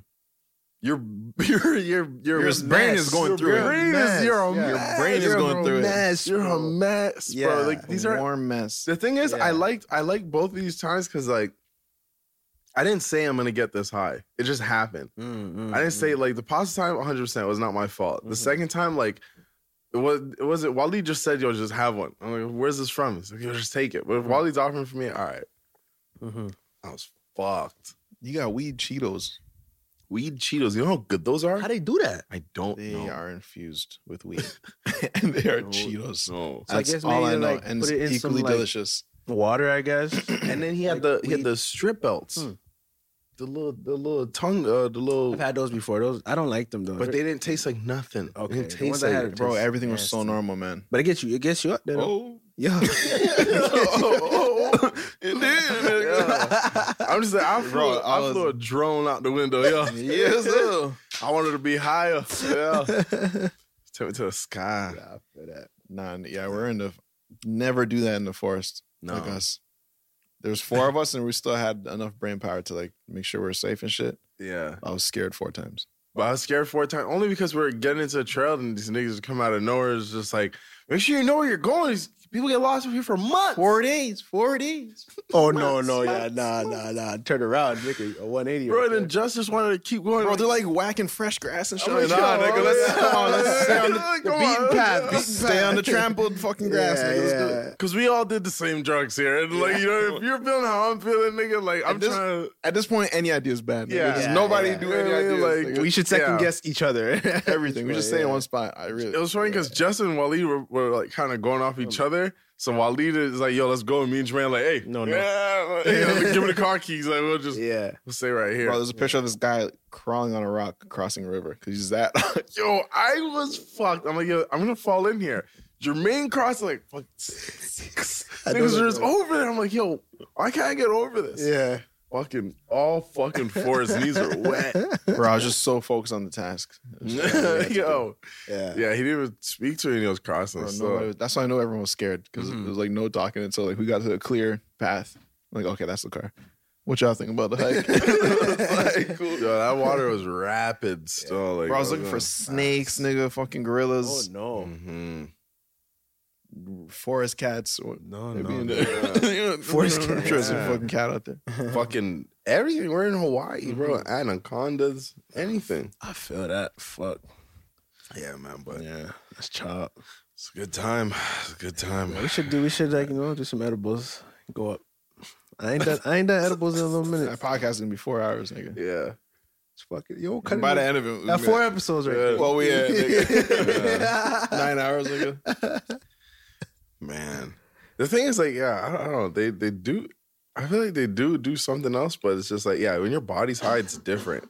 E: your your your your,
C: Your brain is going
E: your
C: through it.
E: Brain is, you're a
C: Yeah. Your
E: mess.
C: brain is
E: You're
C: going
E: a
C: through it.
E: mess, You're a
D: bro.
E: mess,
D: Yeah.
E: bro. Like these are
C: warm mess.
E: The thing is, I
D: Yeah.
E: liked I liked both of these times because like I didn't say I'm gonna get this high. It just happened. I didn't say like the pasta time 100 percent was not my fault. The
D: Mhm.
E: second time, like it was it was it Wally just said, yo, just have one. I'm like, where's this from? He's like, yo, just take it. But if Wally's offering for me, all right.
D: Mm-hmm.
E: I was fucked.
C: You got weed Cheetos.
E: Weed Cheetos, you know how good those are?
D: How they do that?
E: I don't
C: They
E: know.
C: are infused with weed, and they are Cheetos.
E: No.
D: So I
C: That's
D: guess
C: all
D: maybe
C: I
D: they,
C: know,
D: like,
C: and
D: put
C: Oh. it's
D: it in some,
C: equally
D: like-
C: delicious.
D: Water, I guess.
E: And then he had the he had the strip belts.
D: Hmm.
E: The little the little tongue uh, the little
D: I've had those before. Those I don't like them though.
E: but they didn't taste like nothing. It
D: Okay,
E: didn't
D: the
E: taste
D: ones I
E: like
D: had are
C: Bro,
D: Tastes
C: everything was so
D: nasty.
C: normal, man.
D: but it gets you. It gets you up there. though.
C: Oh,
J: Yo.
E: It did. I'm just saying, I flew,
J: Bro, I
E: I flew a drone out the window, yo.
J: Yes, sir.
E: I wanted to be higher. Yeah. Take me to the sky.
C: Nah, n- yeah, we're in the never do that in the forest.
E: No.
C: Like us. There's four of us and we still had enough brain power to like make sure we're safe and shit.
E: Yeah.
C: I was scared four times.
E: But I was scared four times only because we are getting into a trail and these niggas come out of nowhere. It's just like, make sure you know where you're going. These people get lost up here for months.
C: Four days. Four days.
D: Oh no, no, yeah, nah, nah, nah. Turn around, nigga. A 180.
E: Bro, and then Justice wanted to keep going.
C: Bro, they're like whacking fresh grass and shit.
E: I'm
C: Like,
E: like,
C: nah,
E: yo,
C: Oh nigga, let's
E: yeah.
C: come on, let's stay on the, the
E: Come on,
C: beaten
E: let's-
C: path.
E: let's
C: Stay on the trampled fucking grass.
E: Yeah,
C: nigga, let's do
E: yeah.
C: it.
E: Cause we all did the same drugs here, and like you know, if you're feeling how I'm feeling, nigga, like I'm
C: At this,
E: trying to
C: at this point, any idea is bad. nigga.
E: Yeah.
C: Just
E: Yeah,
C: nobody
E: yeah.
C: do any
E: Yeah,
C: ideas.
E: like,
C: nigga.
E: we should second guess
D: each other.
C: Everything. We just stay in one spot. I really.
E: It was funny because Justin and Waleed were, were like kind of going off each other. So Waleed is like, "Yo, let's go." And me and Jermaine like, "Hey,
D: Um, No, no.
E: yeah, hey, like, give me the car keys. Like, we'll just
D: Yeah.
E: we'll stay right here."
C: Bro, there's a picture of this guy crawling on a rock crossing a river because he's that.
E: yo, I was fucked. I'm like, yo, I'm gonna fall in here. Jermaine crossed like, fuck, niggas are just over there. I'm like, yo, why can't I get over this?
C: yeah.
E: Fucking all fucking fours, knees are wet.
C: Bro, I was just so focused on the task.
E: yo,
C: Yeah.
E: yeah, he didn't even speak to any of those crossing.
C: Bro, nobody
E: so
C: was- that's why Mm-hmm. I know everyone was scared because it was like no talking until like we got to a clear path. like, okay, that's the car. What y'all think about the hike? Like,
E: yo, that water was rapid. So like,
C: bro, I was looking for Mm-hmm. snakes, nigga, fucking gorillas,
D: Oh, no.
E: hmm
C: forest cats. or-
E: No,
C: Maybe
E: no,
C: in
E: no.
C: the-
D: Forest
C: I'm
D: cat.
C: sure there's a fucking cat out there.
E: fucking everything. We're in Hawaii, bro.
C: Mm-hmm.
E: Anacondas, anything.
D: I feel that. Fuck.
E: Yeah, man. But
D: Yeah. That's chop.
E: it's a good time. It's a good time.
D: We should do. We should like you know do some edibles. Go up. I ain't done. I ain't done edibles in a little minute.
C: That podcast is gonna be four hours, nigga.
E: Yeah.
D: It's fucking yo.
C: And
D: Cut
C: by
D: it
C: the
D: off.
C: end of it, we
D: Got four episodes right. there.
C: Well, we had nigga. nine hours, nigga.
E: Man, the thing is, like, yeah, I don't, I don't know. They they do. I feel like they do do something else, but it's just like, yeah, when your body's high, it's different.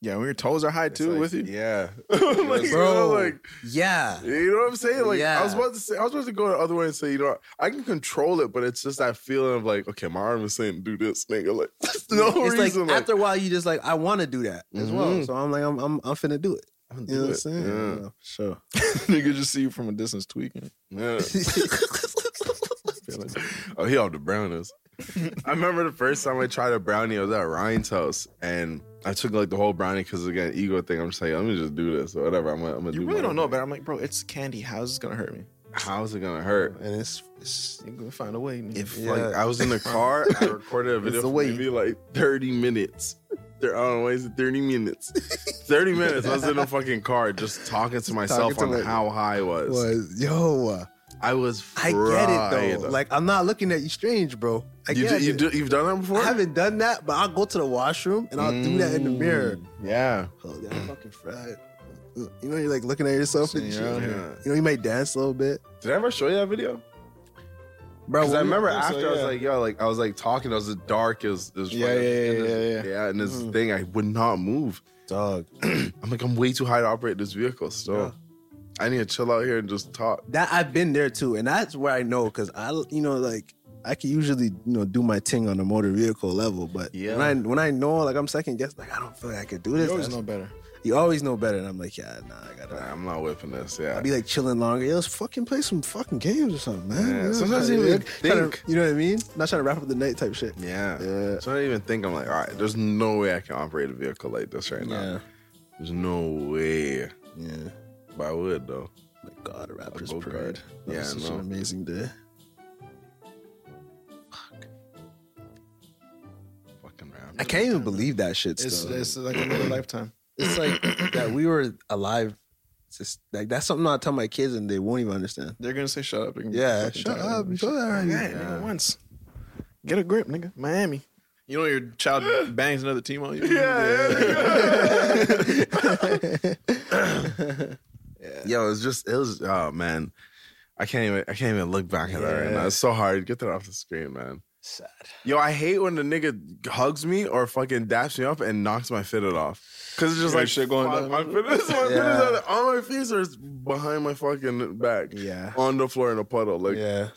C: Yeah, when your toes are high too, with you.
E: Yeah, like, you know, like
L: Yeah.
E: you know what I'm saying. Like, I was
L: Yeah.
E: about to say, I was about to go the other way and say, you know, I can control it, but it's just that feeling of like, okay, my arm is saying do this, nigga. Like, there's no
L: it's like,
E: reason. Like,
L: after a while, you just like, I want to do that as well.
E: Mhm.
L: So I'm like, I'm, I'm, I'm finna do it. You know what I'm saying?
E: Yeah.
D: Sure.
C: nigga just see you from a distance tweaking.
E: Yeah. oh, he off the brownies. I remember the first time I tried a brownie, I was at Ryan's house, and I took like the whole brownie because again, ego thing. I'm just like, let me just do this or whatever. I'm gonna, I'm gonna
C: You
E: do
C: really
E: my
C: don't know,
E: thing.
C: but I'm like, bro, it's candy. How's this gonna hurt me?
E: How's it gonna hurt?
D: And it's it's
C: You're gonna find a way. nigga.
E: If like I was in the car, I recorded a video
C: the
E: for
C: weight.
E: maybe like 30 minutes. There, I don't know, is it 30 minutes? 30 minutes. I was in a fucking car just talking to myself
D: to
E: on
D: it.
E: how high I was.
D: was yo. uh,
E: I was
D: I
E: fried.
D: get it though. Like I'm not looking at you strange, bro. I
E: you,
D: get
E: do, you
D: it.
E: do, you've done that before?
D: I haven't done that, but I'll go to the washroom and I'll do that in the mirror.
E: Mm. Yeah.
D: Oh, yeah, I'm fucking fried. You know, you're like looking at yourself and shit.
C: you're out
E: here.
D: You know, you might dance a little bit.
E: Did I ever show you that video?
D: Bro,
E: Because I
D: when we-
E: remember
D: so,
E: after I was
D: yeah.
E: like, yo, like I was like talking. I was dark. It was, it was
C: Yeah, yeah,
E: fucking-
C: yeah,
E: and this-
C: yeah,
E: yeah. And this
D: Mm.
E: thing, I would not move.
D: dog.
E: I'm like, I'm way too high to operate this vehicle. So I need to chill out here and just talk.
D: That I've been there too, and that's where I know because I, you know, like I can usually, you know, do my thing on a motor vehicle level, but
E: Yeah.
D: when I when I know, like I'm second guessed, like I don't feel like I could do this.
C: you always
D: That's-
C: know better.
D: you always know better, and I'm like, yeah, nah, I gotta.
E: Nah, I'm not whipping this. Yeah.
D: I'd be like chilling longer. Yo, let's fucking play some fucking games or something, man.
E: Yeah,
D: You know,
E: sometimes
D: trying to-
E: you even
D: trying to-
E: think.
D: you know what I mean? Not trying to wrap up the night type shit.
E: yeah.
D: Yeah.
E: So I didn't even think. I'm like, all right, there's no way I can operate a vehicle like this right now. There's no way.
D: yeah.
E: But I would though.
D: My God, a Raptors
E: go-kart.
D: parade. That
E: Yeah,
D: was
E: I
D: such an
E: know.
D: amazing day.
E: Fucking
D: I
E: rap.
D: can't even believe that shit.
C: It's,
D: Still, it's,
C: it's like another lifetime.
D: like that we were alive. It's Just like that's something I tell my kids and they won't even understand.
C: They're gonna say shut up. They're gonna be
D: Yeah,
C: fucking
D: shut
C: tired of
D: up.
C: it.
D: Shut up.
C: Yeah, nigga, once. Get a grip, nigga. Miami. You know your child bangs another team on you.
E: Yo, it's just it was oh man. I can't even I can't even look back at that right now. It's so hard. Get that off the screen, man. Sad. Yo, I hate when the nigga hugs me or fucking daps me up and knocks my fitted off. Cause it's just
C: Your
E: like
C: shit going
E: fuck,
C: down.
E: My fitted, my fitted
C: Yeah.
E: either on my face or it's behind my fucking back. Yeah. On the floor in a puddle. Like yeah.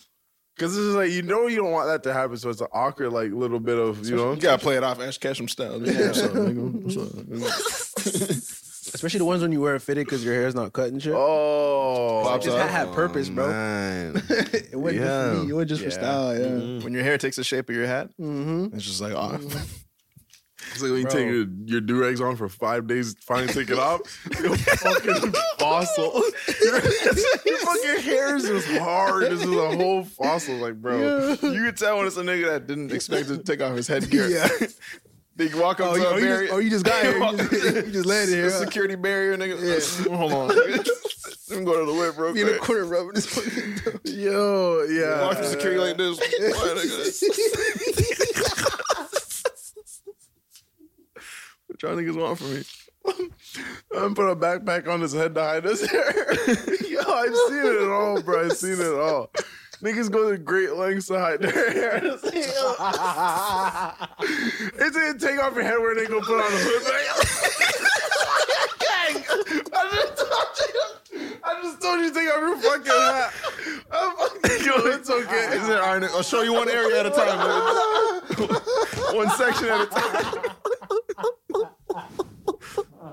E: Cause it's just like you know you don't want that to happen, so it's an awkward like little bit of you know
C: You gotta play it off Ash Ketchum style. What's up, nigga? What's up?
D: Especially the ones when you wear it fitted because your hair's not cut and shit.
E: Oh,
D: like, this hat had purpose, bro.
C: it
D: wasn't just for me, it wasn't just for style, yeah.
C: When your hair takes the shape of your hat,
D: Mhm.
C: it's just like, oh,
E: It's like when you take your, your do rags on for five days, finally take it off. You're fucking fossil. your, your fucking hair is just hard. This is a whole fossil. Like, bro,
C: you can tell when it's a nigga that didn't expect to take off his headgear.
E: Yeah.
C: They walk up
E: Oh,
C: to
E: you-
C: a
E: oh, you just-
C: barrier.
E: oh, you just got here. You just- you just landed here,
C: The
E: huh?
C: security barrier, nigga. Hold on. nigga. Let me go to the whip real
E: Be
C: quick.
E: in the
C: corner rubbing this fucking
E: Yo, yeah.
C: Walk through security like this. What, nigga?
E: what y'all niggas want from me? I'm put a backpack on his head to hide his hair. Yo, I've seen it all, bro. I've seen it all. Niggas go to great lengths to hide their hair. It's like, take off your head where they go put on a hood. Gang! I just told you. I just told you to take off your fucking hat. I'm fucking, yo, it's okay.
C: Is it all right, I'll show you one area at a time. nigga. one section at a time.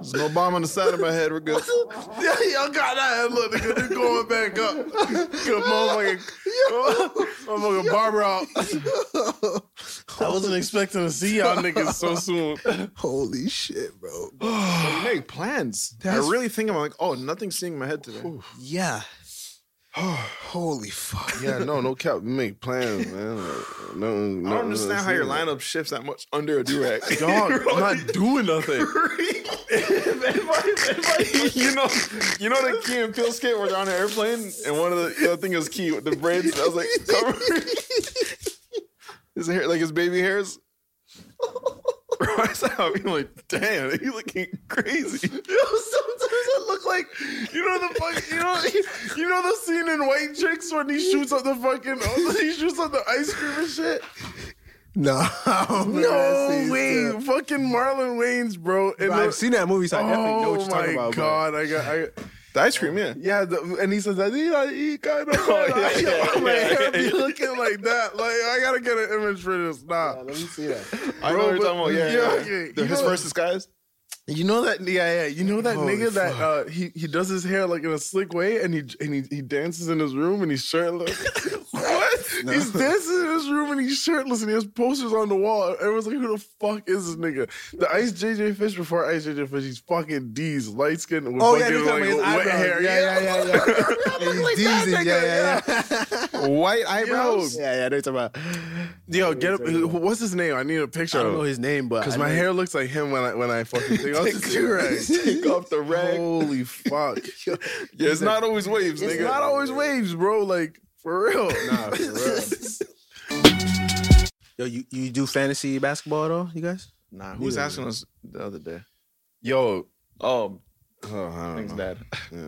C: There's no bomb on the side of my head. We're good.
E: Yeah, y'all got that head look, nigga. They're going back up. Good motherfucking, motherfucking barber out. I wasn't expecting to see y'all niggas so soon.
J: Holy shit, bro.
C: You make plans. I really think I'm like, oh, nothing's seeing my head today.
J: Yeah. Holy fuck.
E: Yeah, no, no cap. We make plans, man. Like, no, no,
C: I don't understand how your lineup shifts that much under a durag.
E: Dog, I'm not doing nothing.
C: you know, you know the Key and Peele skit where they're on an airplane and one of the the other thing is Key with the braids. I was like, cover his hair, like his baby hairs. Bro, I saw him being like, damn, you looking crazy. Yo, sometimes I look like,
E: You know the fuck, you know, you know the scene in White Chicks when he shoots up the fucking, he shoots up the ice cream and shit.
J: No.
E: No way, fucking Marlon Wayne's, bro. And
J: I've seen that movie, so I definitely know what you're talking
E: Oh my
J: about, but-
E: god, I got. I,
C: the ice cream, yeah.
E: Yeah, the, and he says that he like he kind of like,
C: Oh, yeah, yeah,
E: my
C: yeah,
E: hair
C: yeah.
E: be looking like that. Like I gotta get an image for this. Nah, let me see that.
C: I know what you're talking about. Yeah, yeah, yeah. The- his first
E: disguise. You know that, yeah, yeah. You know that
C: Holy
E: nigga that uh, he he does his hair like in a slick way, and he and he, he dances in his room, and he's shirtless. what? He's dancing in his room, and he's shirtless, and he has posters on the wall. Everyone's like, "Who the fuck is this nigga?" The Ice JJ Fish before Ice JJ Fish, he's fucking D's, light skin with
J: Oh, yeah,
E: fucking
J: you're talking
E: like
J: about his
E: wet
J: eyebrows.
E: hair.
J: Yeah, yeah, yeah, yeah.
E: that
J: Decent, yeah,
E: nigga,
J: yeah, yeah.
C: White eyebrows.
J: Yeah, yeah, they're talking about.
E: Yo, get up. What's his name? I need a picture.
J: I don't
E: of
J: know his name, but
E: Because
J: I
E: my
J: know-
E: hair looks like him when I when I fucking take off
C: Take
E: the
C: your-
E: rag.
C: Take off the rag.
E: Holy fuck! yeah,
C: Yeah, it's not always waves,
E: It's
C: nigga.
E: not always waves, bro. Like for real.
J: Nah, for real. Yo, you, you do fantasy basketball at all, you guys?
C: Nah, who was
J: Neither.
C: asking us the other day?
E: Yo.
C: Oh,
E: Oh, I don't
C: thanks,
E: know.
C: Dad.
E: Yeah.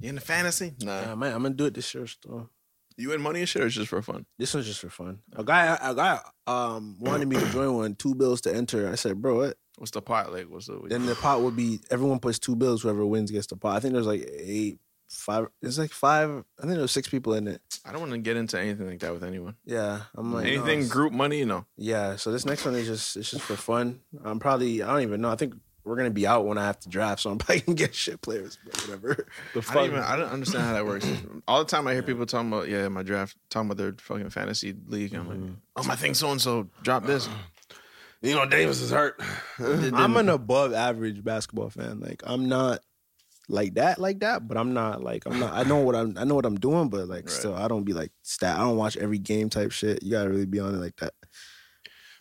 C: You in the fantasy? Nah.
D: Nah, man, I'm gonna do it this year. Still.
C: You in money and shit, or it's just for fun?
D: This one's just for fun. A guy, a guy, um, wanted me to join one. Two bills to enter. I said, bro, what?
C: What's the pot like? What's the?
D: Then the pot would be everyone puts two bills. Whoever wins gets the pot. I think there's like eight, five. It's like five. I think there was six people in it.
C: I don't want to get into anything like that with anyone.
D: Yeah, I'm like no,
C: anything
D: it's-
C: group money, no.
D: Yeah, so this next one is just it's just for fun. I'm probably I don't even know. I think we're gonna be out when I have to draft, so I'm probably gonna get shit players, but whatever.
C: The I don't even. I don't understand how that works. All the time I hear people talking about yeah, my draft, talking about their fucking fantasy league. I'm like, oh my thing, so and so drop this.
E: You know, Davis is hurt.
D: I'm an above average basketball fan. Like I'm not like that, like that, but I'm not like I'm not I know what I'm I know what I'm doing, but like still I don't be like stat I don't watch every game type shit. You gotta really be on it like that.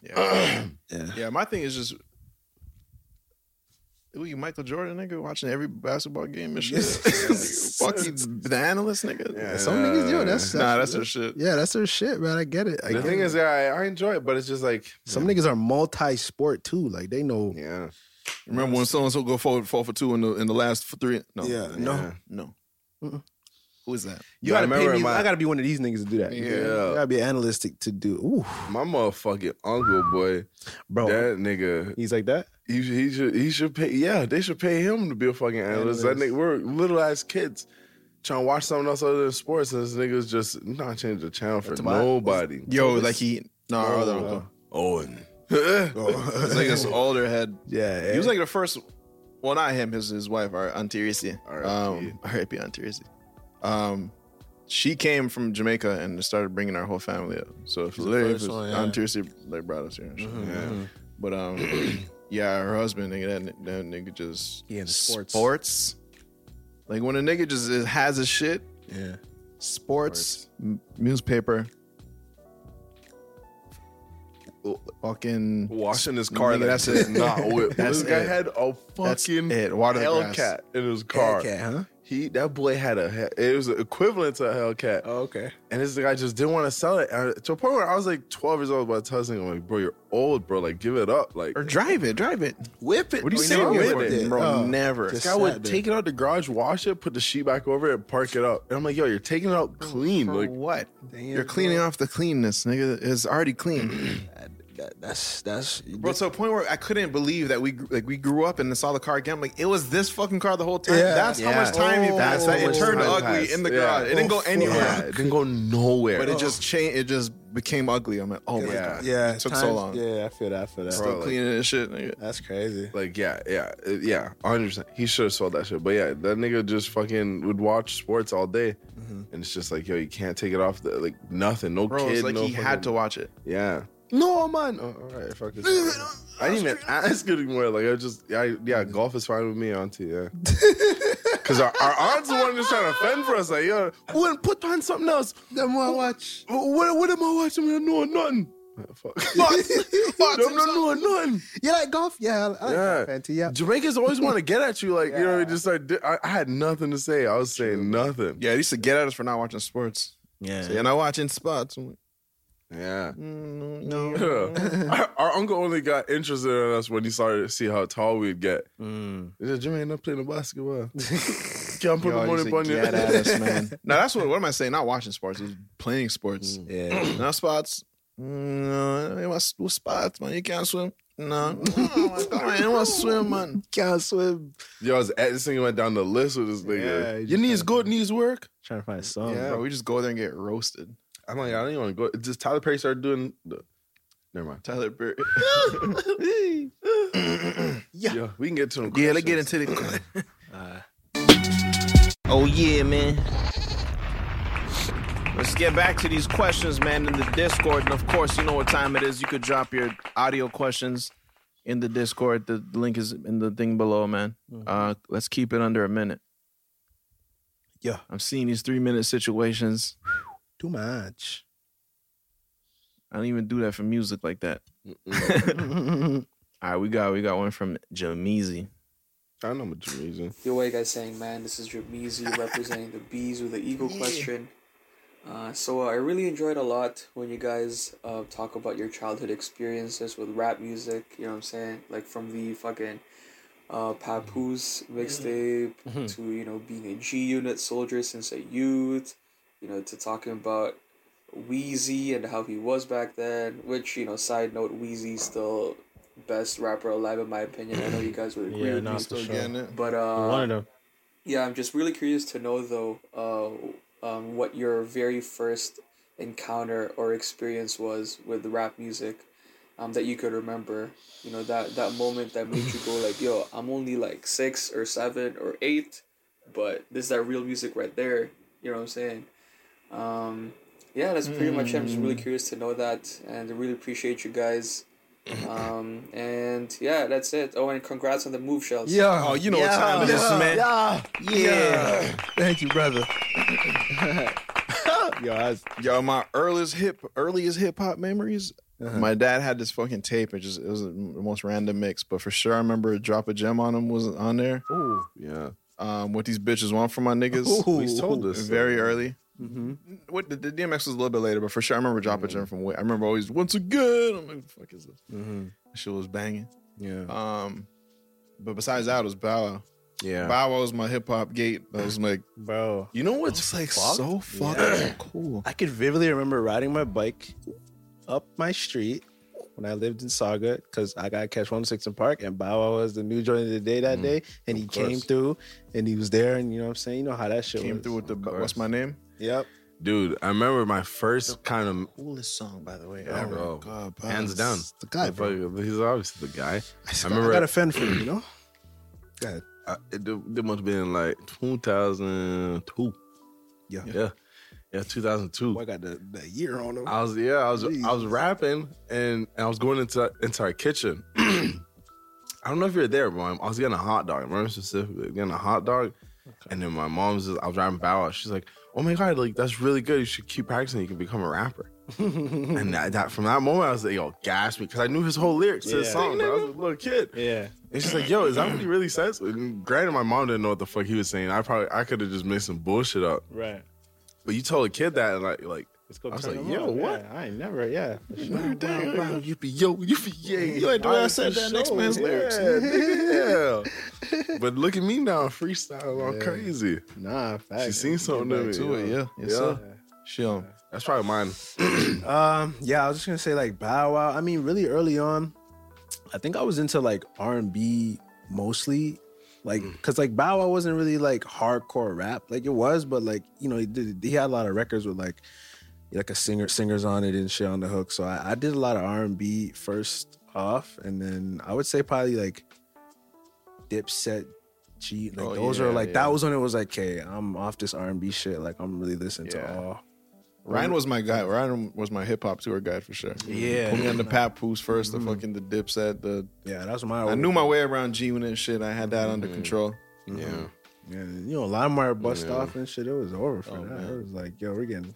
C: Yeah.
D: Yeah.
C: yeah, my thing is just. Ooh, you Michael Jordan nigga watching every basketball game and shit. Fuck you, the analyst nigga.
E: Yeah,
D: Some niggas do it. That's,
C: nah, that's their shit.
D: yeah, that's their shit, man. I get it. I
E: The
D: get
E: thing
D: it.
E: is, yeah, I, I enjoy it, but it's just like
D: some niggas are multi sport too. Like they know
E: yeah.
C: Remember when so and so go forward, fall for two in the in the last for three? No,
D: Yeah.
C: no, no.
O: Who is that?
D: You
E: But I
D: gotta pay
E: remember
D: me.
E: my-
D: I gotta be one of these niggas to do that.
E: Yeah.
D: I gotta be an analyst to- to do. Ooh,
E: My motherfucking uncle, boy,
D: bro,
E: that nigga.
D: He's like that.
E: He, should- he should he should pay. Yeah, they should pay him to be a fucking analyst. That
D: Analyst.
E: nigga, we're little ass kids trying to watch something else other than sports, and this nigga's just not changing the channel for
C: Tobias-
E: nobody.
C: Yo, like he no our other uncle.
E: Owen.
C: Oh,
D: Oh.
C: It's like this older head.
D: Yeah,
C: He was like the first. Well, not him. His his wife, our Auntie Risi. Um, R.I.P. Auntie Risi. Um, she came from Jamaica and started bringing our whole family up. So if
E: She's the
C: literally,
E: first
C: if
E: one,
C: it's-
E: yeah.
C: Auntie Risi like brought us here. And shit.
E: Mhm.
C: Yeah. But um, yeah, her husband nigga, that, ni- that nigga just
D: Yeah, the sports.
C: sports. Like when a nigga just is- has his shit.
E: Yeah.
C: Sports, m- newspaper. Fucking
E: washing his car
C: Nigga,
E: that
C: that's
E: that's
C: it.
E: it. not whip.
C: That's
E: this guy
C: it.
E: had a
C: That's
E: fucking
C: it. Water the grass.
E: Hellcat in his car.
C: Hellcat,
D: huh?
E: He that boy had a he- it was equivalent to a Hellcat.
D: Oh, okay.
E: And this guy just didn't want to sell it. And to a point where I was like 12 years old, but I was telling him like, bro, you're old, bro. Like, give it up. Like,
C: Or drive it, drive it.
E: whip it.
C: What are you
E: bro.
C: saying?
E: Never
C: Whip
E: whipped
C: it, bro. Never.
E: This
C: Just
E: guy
C: sat
E: would
C: there.
E: take it out the garage, wash it, put the sheet back over it, and park it up. And I'm like, yo, you're taking it out clean.
C: For
E: like,
C: what? You're cleaning off the cleanness, nigga. It's already clean.
D: that's that's
C: Bro, to a point where I couldn't believe that we gr- like we grew up and saw the car again. I'm like it was this fucking car the whole time.
E: Yeah.
C: That's how
E: Yeah.
C: much time you
E: Oh,
C: passed.
E: that's how
C: it
E: much
C: turned
E: time
C: ugly
E: passed.
C: in the
E: Yeah.
C: garage. It didn't go
E: Oh, fuck.
C: anywhere.
E: Yeah, it didn't go nowhere.
C: But it just changed. It just became ugly. I'm like, oh my
E: Yeah.
C: god.
D: Yeah,
C: Oh. it took so
D: times-
C: long.
D: Yeah, I feel that. I feel that.
C: Still
E: like-
C: cleaning and shit, nigga.
D: That's crazy.
E: Like yeah, yeah, uh, yeah, hundred percent. He should have sold that shit. But yeah, that nigga just fucking would watch sports all day, and it's just like yo, you can't take it off the like nothing, no
C: Bro,
E: kid,
C: it's like
E: no
C: he had to
E: fucking-
C: watch it.
E: Yeah. No man. Oh, all right, fuck this. I didn't even ask it anymore. Like I just, I, yeah, golf is fine with me, auntie. Yeah. Cause our, our aunt's the one just trying to fend for us. Like yo, wouldn't put on something else.
D: Then what watch?
E: What, what am I watching? I know nothing. Fuck. Fuck. I'm not knowing nothing.
D: You like golf? Yeah, I, I like
E: Yeah.
D: golf, Auntie. Yeah.
E: Jamaicans always want to get at you, like you know. They just like I, I had nothing to say. I was saying nothing.
C: Yeah, they used to get at us for not watching sports.
D: Yeah.
C: So you're not watching sports. I'm like,
E: Yeah.
C: mm, no.
E: Yeah. our, our uncle only got interested in us when he started to see how tall we'd get.
D: Mm.
E: He said, Jimmy, ain't up playing the basketball. Can't put
C: Yo,
E: the
C: he's
E: money
C: a
E: upon you.
C: get at us, man. No, that's what. What am I saying? Not watching sports. He's playing sports.
D: Yeah.
C: Not spots. Mm, No, I want what spots, man. You can't swim. No, I don't want to swim, man.
D: Can't swim.
E: Yo, I was at this thing went down the list with this
D: Yeah,
E: nigga.
D: he
E: Your knees good, knees work.
D: Trying to find a song.
C: Yeah,
D: bro.
C: we just go there and get roasted.
E: I'm like, I don't even want to go. Just Tyler Perry started doing. The... Never mind.
C: Tyler Perry.
E: Yeah, we can get to him.
C: yeah, let's get into the.
K: Oh yeah, man. Let's get back to these questions, man, in the Discord. And of course, you know what time it is. You could drop your audio questions in the Discord. The link is in the thing below, man. Uh, let's keep it under a minute.
D: Yeah.
K: I'm seeing these three minute situations.
D: Too much.
K: I don't even do that for music like that. All right, we got we got one from Jameezy.
E: I know I'm a Jamaican.
P: Yo, what you guys saying, man? This is Dripmeezy representing the bees with the eagle question. Uh, so uh, I really enjoyed a lot when you guys uh, talk about your childhood experiences with rap music. You know what I'm saying? Like from the fucking uh, Papoose mixtape
L: Mm-hmm.
Q: Mhm.
P: to you know being a G Unit soldier since a youth. You know to talking about Wheezy and how he was back then. Which you know, side note, Wheezy's still best rapper alive in my opinion. I know you guys would agree
L: Yeah,
P: with
L: nah,
P: me.
L: for Still sure. getting it.
P: But uh,
L: One of them.
P: yeah, I'm just really curious to know though, uh, um, what your very first encounter or experience was with rap music, um, that you could remember. You know that that moment that made you go like, "Yo, I'm only like six or seven or eight, but this is that real music right there." You know what I'm saying? Um, yeah, that's pretty much it. I'm just really curious to know that, and I really appreciate you guys. Um, and yeah, that's it. Oh, and congrats on the move shells.
D: Yeah.
K: Oh, you know what time it is, man.
D: Yeah.
K: Yeah.
D: Thank you, brother.
C: yo, I was, yo, my earliest hip, earliest hip hop memories. My dad had this fucking tape. It just it was the most random mix, but for sure I remember drop a gem on him was on there.
D: Ooh.
E: Yeah.
C: Um, what these bitches want from my niggas.
D: Ooh. He's told us.
C: very early.
D: Mm-hmm.
C: What the, the DMX was a little bit later, but for sure I remember drop a gem from. Wait. I remember always once again. I'm like, fuck is this? That shit was banging.
E: Yeah.
C: Um, but besides that, it was Bow Wow.
K: Yeah.
C: Bow Wow's my hip hop gate. I was like,
D: bro.
C: You know what's like fucked? so fucking yeah. cool?
D: I could vividly remember riding my bike up my street when I lived in Saga because I got catch 106 in Park and Bow Wow was the new joint of the day that mm, day. And he course. came through and he was there. And you know what I'm saying? You know how that shit
C: came
D: was.
C: through with the What's My Name?
D: Yep.
E: Dude, I remember my first kind of
K: coolest song, by the way.
E: Yeah,
K: ever.
E: bro. God, bro. Hands down,
D: the guy. Bro.
E: He's obviously the guy.
D: I, I remember. I got a fan for you, you know. God,
E: I, it, it must have been like 2002.
D: Yeah,
E: yeah, yeah, 2002.
D: Boy, I got the, the year on him.
E: I was yeah, I was Jeez. I was rapping and, and I was going into into our kitchen. I don't know if you're there, but I was getting a hot dog. I remember specifically getting a hot dog, okay. and then my mom's. Just, I was driving Bow Wow. She's like oh my god, like that's really good. You should keep practicing. You can become a rapper. and that, that, from that moment, I was like, yo, gasp because I knew his whole lyrics to the
D: Yeah.
E: song. Bro. I was a little kid.
D: Yeah.
E: It's just like, yo, is that what he really says? And granted, my mom didn't know what the fuck he was saying. I probably I could have just made some bullshit up.
D: Right.
E: But you told a kid that, and like, like
D: Let's go
E: I was
D: turn
E: like,
D: them
E: yo,
D: up.
E: what?
D: Yeah, I ain't never, yeah.
E: Wow, wow, wow, you be yo, you be yeah.
C: You like the way I said that
D: Oh,
C: next man's lyrics.
E: Yeah, yeah. but look at me now, freestyle, all
D: Yeah.
E: crazy.
D: Nah, facts.
E: She seen something to me.
C: To it,
E: yo.
C: yeah. Yes, sir. Shim.
E: That's probably mine.
D: Um, yeah, I was just gonna say like Bow Wow. I mean, really early on, I think I was into like R and B mostly, like
C: Mm.
D: because like Bow Wow wasn't really like hardcore rap. Like it was, but like you know, he did he had a lot of records with like like a singer singers on it and shit on the hook. So I, I did a lot of R and B first off, and then I would say probably like Dipset. G, like
C: Oh,
D: those
C: yeah,
D: are like
C: yeah.
D: that was when it was like, okay, I'm off this R and B shit. Like I'm really listening to
C: Yeah.
D: all
E: Mm.
C: Ryan was my guy. Ryan was my hip hop tour guide for sure.
D: Yeah.
C: Put me on the Papoose first, the
E: Mm.
C: fucking the Dipset, the
D: yeah. That was my
C: I knew my way around G unit and shit. I had that under control.
E: Mm.
C: Mm-hmm.
E: Yeah.
D: Yeah, you know, Limewire bust
E: Yeah.
D: off and shit. It was over
Q: Oh,
D: for that. It was like, yo, we're getting,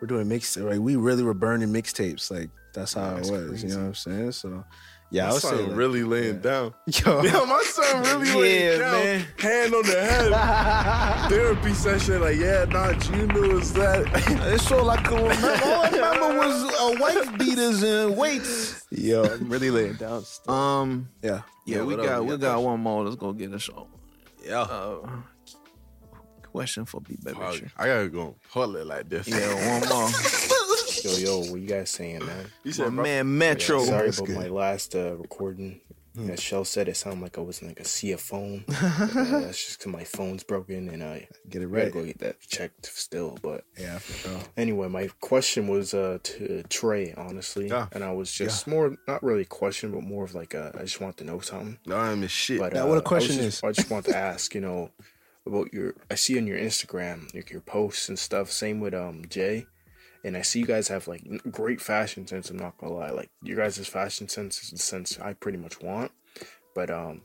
D: we're doing mix. Like, we really were burning mixtapes. Like, that's how it was. You know what I'm saying? So, yeah, I
E: my
D: was
E: son
D: saying, like,
E: really laying down.
D: yo,
E: Yeah, my son really laying down. Hand on the head. Therapy session, like, yeah, nah, you knew it's that.
C: That's all I could remember. All I remember was uh, wife beaters and weights.
D: yo, I'm really laying down. Still.
K: Um,
D: Yeah,
K: yeah, we
E: what else?
K: got we
E: We got
K: got one more. Let's go get a show.
E: yeah.
K: Uh, question for B Baby.
E: Fuck, I gotta go pull it like this.
K: Yeah, one more.
Q: Yo, yo, what you guys saying, man?
E: You
K: My
E: said, bro,
K: man
C: Oh,
K: Metro.
Q: Sorry about my last uh, recording.
D: Hmm.
Q: As Shell said, it sounded like I was in like a sea of foam. But,
D: Uh-huh.
Q: uh, that's just 'cause my phone's broken and I
D: Get it
Q: gotta
D: right.
Q: go get that checked still. But
D: Yeah, for sure.
Q: anyway, my question was uh, to Trey, honestly.
E: Yeah.
Q: And I was just more, not really a question, but more of like, a, I just want to know something.
E: no, I'm a shit.
Q: But
D: Now,
Q: uh,
D: what a
Q: I was
D: question is.
Q: just- I just want to ask, you know, about your. I see on your Instagram, like your posts and stuff. Same with um Jay, and I see you guys have like n- great fashion sense. I'm not gonna lie, like your guys' fashion sense is the sense I pretty much want. But um,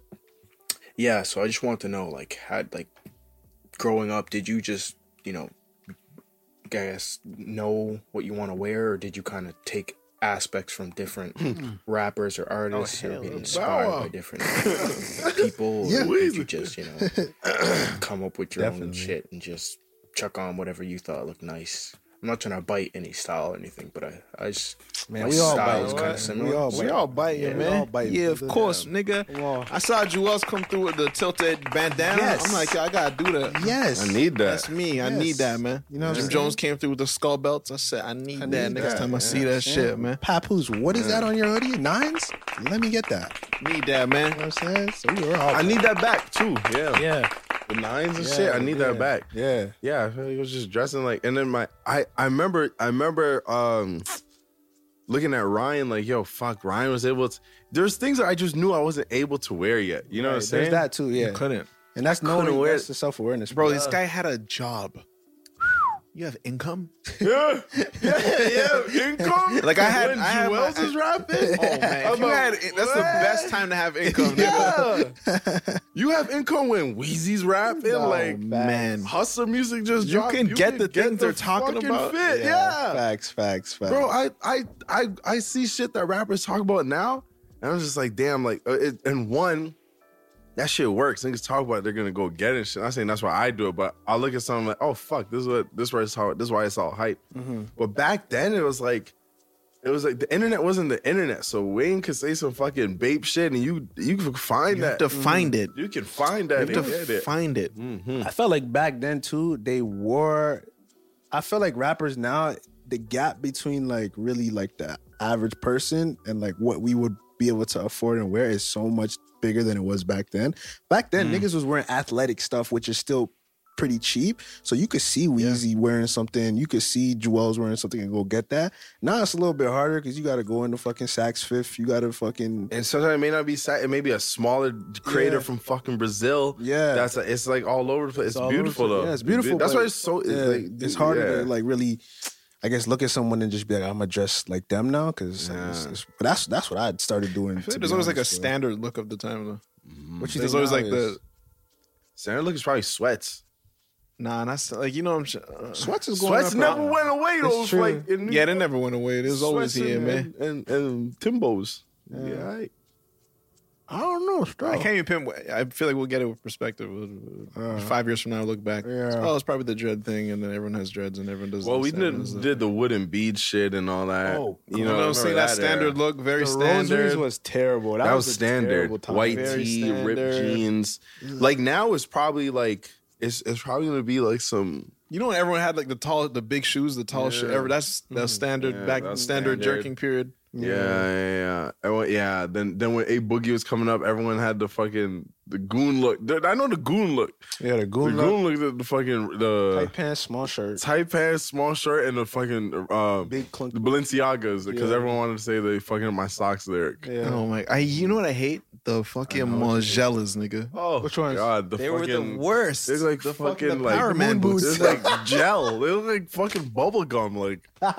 Q: yeah. So I just want to know, like, had like growing up, did you just you know, I guess know what you want to wear, or did you kind of take aspects from different
C: Hmm.
Q: rappers or artists or get inspired by different people or did you just you know come up with your own
D: Definitely.
Q: shit and just chuck on whatever you thought looked nice i'm not trying to bite any style or anything but i i just
D: Man,
Q: my
D: we all
Q: style
D: bite.
Q: is kinda
D: man.
Q: similar.
D: We all bite.
C: We all biting,
D: Yeah, we
C: man.
D: all biting.
K: Yeah, of
D: Yeah.
K: course, nigga.
D: Wow.
K: I saw Jewels come through with the tilted bandana.
C: Yes.
K: I'm like, yo, I gotta do that.
C: Yes.
E: I need that.
C: That's me. I
D: Yes.
C: need that, man.
D: You know what I'm
C: Jim
D: saying?
C: Jones came through with the skull belts. I said, I need,
D: need
C: that next
D: that.
C: time I see that shit, man.
D: Papoose, what is that on your hoodie? Nines? Let me get that.
C: Need that, man.
D: You know what I'm saying? So we were all.
E: I need that back too. Yeah.
D: yeah,
E: The nines and
D: yeah,
E: shit. I need
D: yeah,
E: that back.
D: Yeah,
E: Yeah, I feel like it was just dressing like, and then my, I, I remember, I remember, um, looking at Ryan like, yo, fuck, Ryan was able to. There's things that I just knew I wasn't able to wear yet. You know what I'm
D: Right,
E: saying?
D: there's that too. Yeah,
C: Couldn't.
D: and that's knowing
E: couldn't wear
D: that's
E: it.
D: the self awareness,
C: Bro, this guy had a job. You have income?
E: Yeah, yeah, yeah. Income.
C: Like, I had-
E: When
C: I had my-
E: Jewels was rapping.
C: Oh man, if you had, that's the best time to have income. nigga.
E: You have income when Wheezy's rapping,
D: No,
E: like
C: man.
E: hustle music just
C: You
E: dropped.
C: can get the things they're talking
E: fucking
C: about.
E: Fit. Yeah,
D: facts, facts, facts.
E: bro. I, I I I see shit that rappers talk about now, and I'm just like, damn, like, uh, it, and one. That shit works. Niggas talk about it, they're gonna go get it. and Shit. I'm saying that's why I do it, but I look at
R: Mm-hmm.
E: something like, oh fuck, this is what this is why it's all this is why it's all hype. But back then it was like, It was like the internet wasn't the internet, so Wayne could say some fucking babe shit, and you you could find
R: You
E: that. Mm-hmm.
R: have to find it.
E: You can find that.
R: You have
E: and get
R: to
E: it.
R: find it.
D: I felt like back then too, they wore. I feel like rappers now, the gap between like really like the average person and like what we would be able to afford and wear is so much bigger than it was back then. Back then, niggas was wearing athletic stuff, which is still pretty cheap. So you could see Weezy wearing something, you could see Jewel's wearing something and go get that. Now it's a little bit harder because you got to go into fucking Saks Fifth, you got to fucking
E: And sometimes it may not be sad. It may be a smaller creator from fucking Brazil.
D: Yeah,
E: that's a, it's like all over the place. It's,
D: all over the
E: beautiful
D: place.
E: though.
D: Yeah, it's beautiful.
E: That's
D: but
E: why it's so. It's,
D: yeah,
E: like,
D: it's harder
E: yeah.
D: to like really, I guess, look at someone and just be like, I'm gonna dress like them now because. but that's that's what I started doing.
C: I feel
D: to
C: like there's
D: be
C: always like a
D: honest, bro.
C: standard look of the time though.
D: What you
C: There's
D: think
C: always
D: now
C: like the
D: is-
E: Standard look is probably sweats.
C: nah, and that's like you know I'm sh- uh,
E: Sweats is
C: is
E: going
C: going
E: Sweats
C: up,
E: never
C: right?
E: went away
C: It's
E: though. It's
C: true.
E: Like
D: Mm-hmm.
E: in New
C: yeah, they never went away. It was always
E: Sweats
C: here,
E: and-
C: man.
E: And, and and Timbos. Yeah. I, I don't know. Stop.
D: Oh.
C: I can't even pinpoint. I feel like we'll get it with perspective.
D: Uh.
C: Five years from now, look back.
E: Yeah.
C: Oh, it's probably the dread thing, and then everyone has dreads, and everyone does.
E: Well,
C: this,
E: we
C: everyone does
E: did,
C: that.
E: did the wooden bead shit and all that. Oh,
C: You know, what I'm saying? That, standard look, very
D: The rosaries
C: standard.
D: was terrible. That,
E: That, was,
D: a
E: standard.
D: terrible time.
E: White
D: Very
E: tee, ripped
D: standard.
E: jeans. Like now, it's probably like it's it's probably gonna be like some
C: You know when everyone had like the tall, the big shoes, the tall shoe.
E: Yeah.
C: Ever that's Mm-hmm. that's standard
E: Yeah,
C: back
E: that's
C: standard,
E: standard.
C: jerking period.
E: Yeah, yeah, yeah. Everyone, yeah. Then, then when A Boogie was coming up, everyone had the fucking the goon look. Dude, I know the goon look.
D: Yeah, the goon
E: the
D: look.
E: goon look. The, the fucking the
D: Tight pants, small shirt.
E: tight pants, small shirt, and the fucking uh,
D: big clunk.
E: The Balenciagas, because
D: Yeah.
E: everyone wanted to say they fucking my socks lyric.
D: Yeah.
C: Oh my! I you know what I hate the fucking Margellas, nigga.
E: Oh, which ones? God, the
C: They were
E: fucking,
C: the worst.
E: They're like
C: The fucking-
E: fucking,
C: the
E: like
C: Power Man
E: moon
C: boots.
E: They're like gel. They look like fucking bubble gum. Like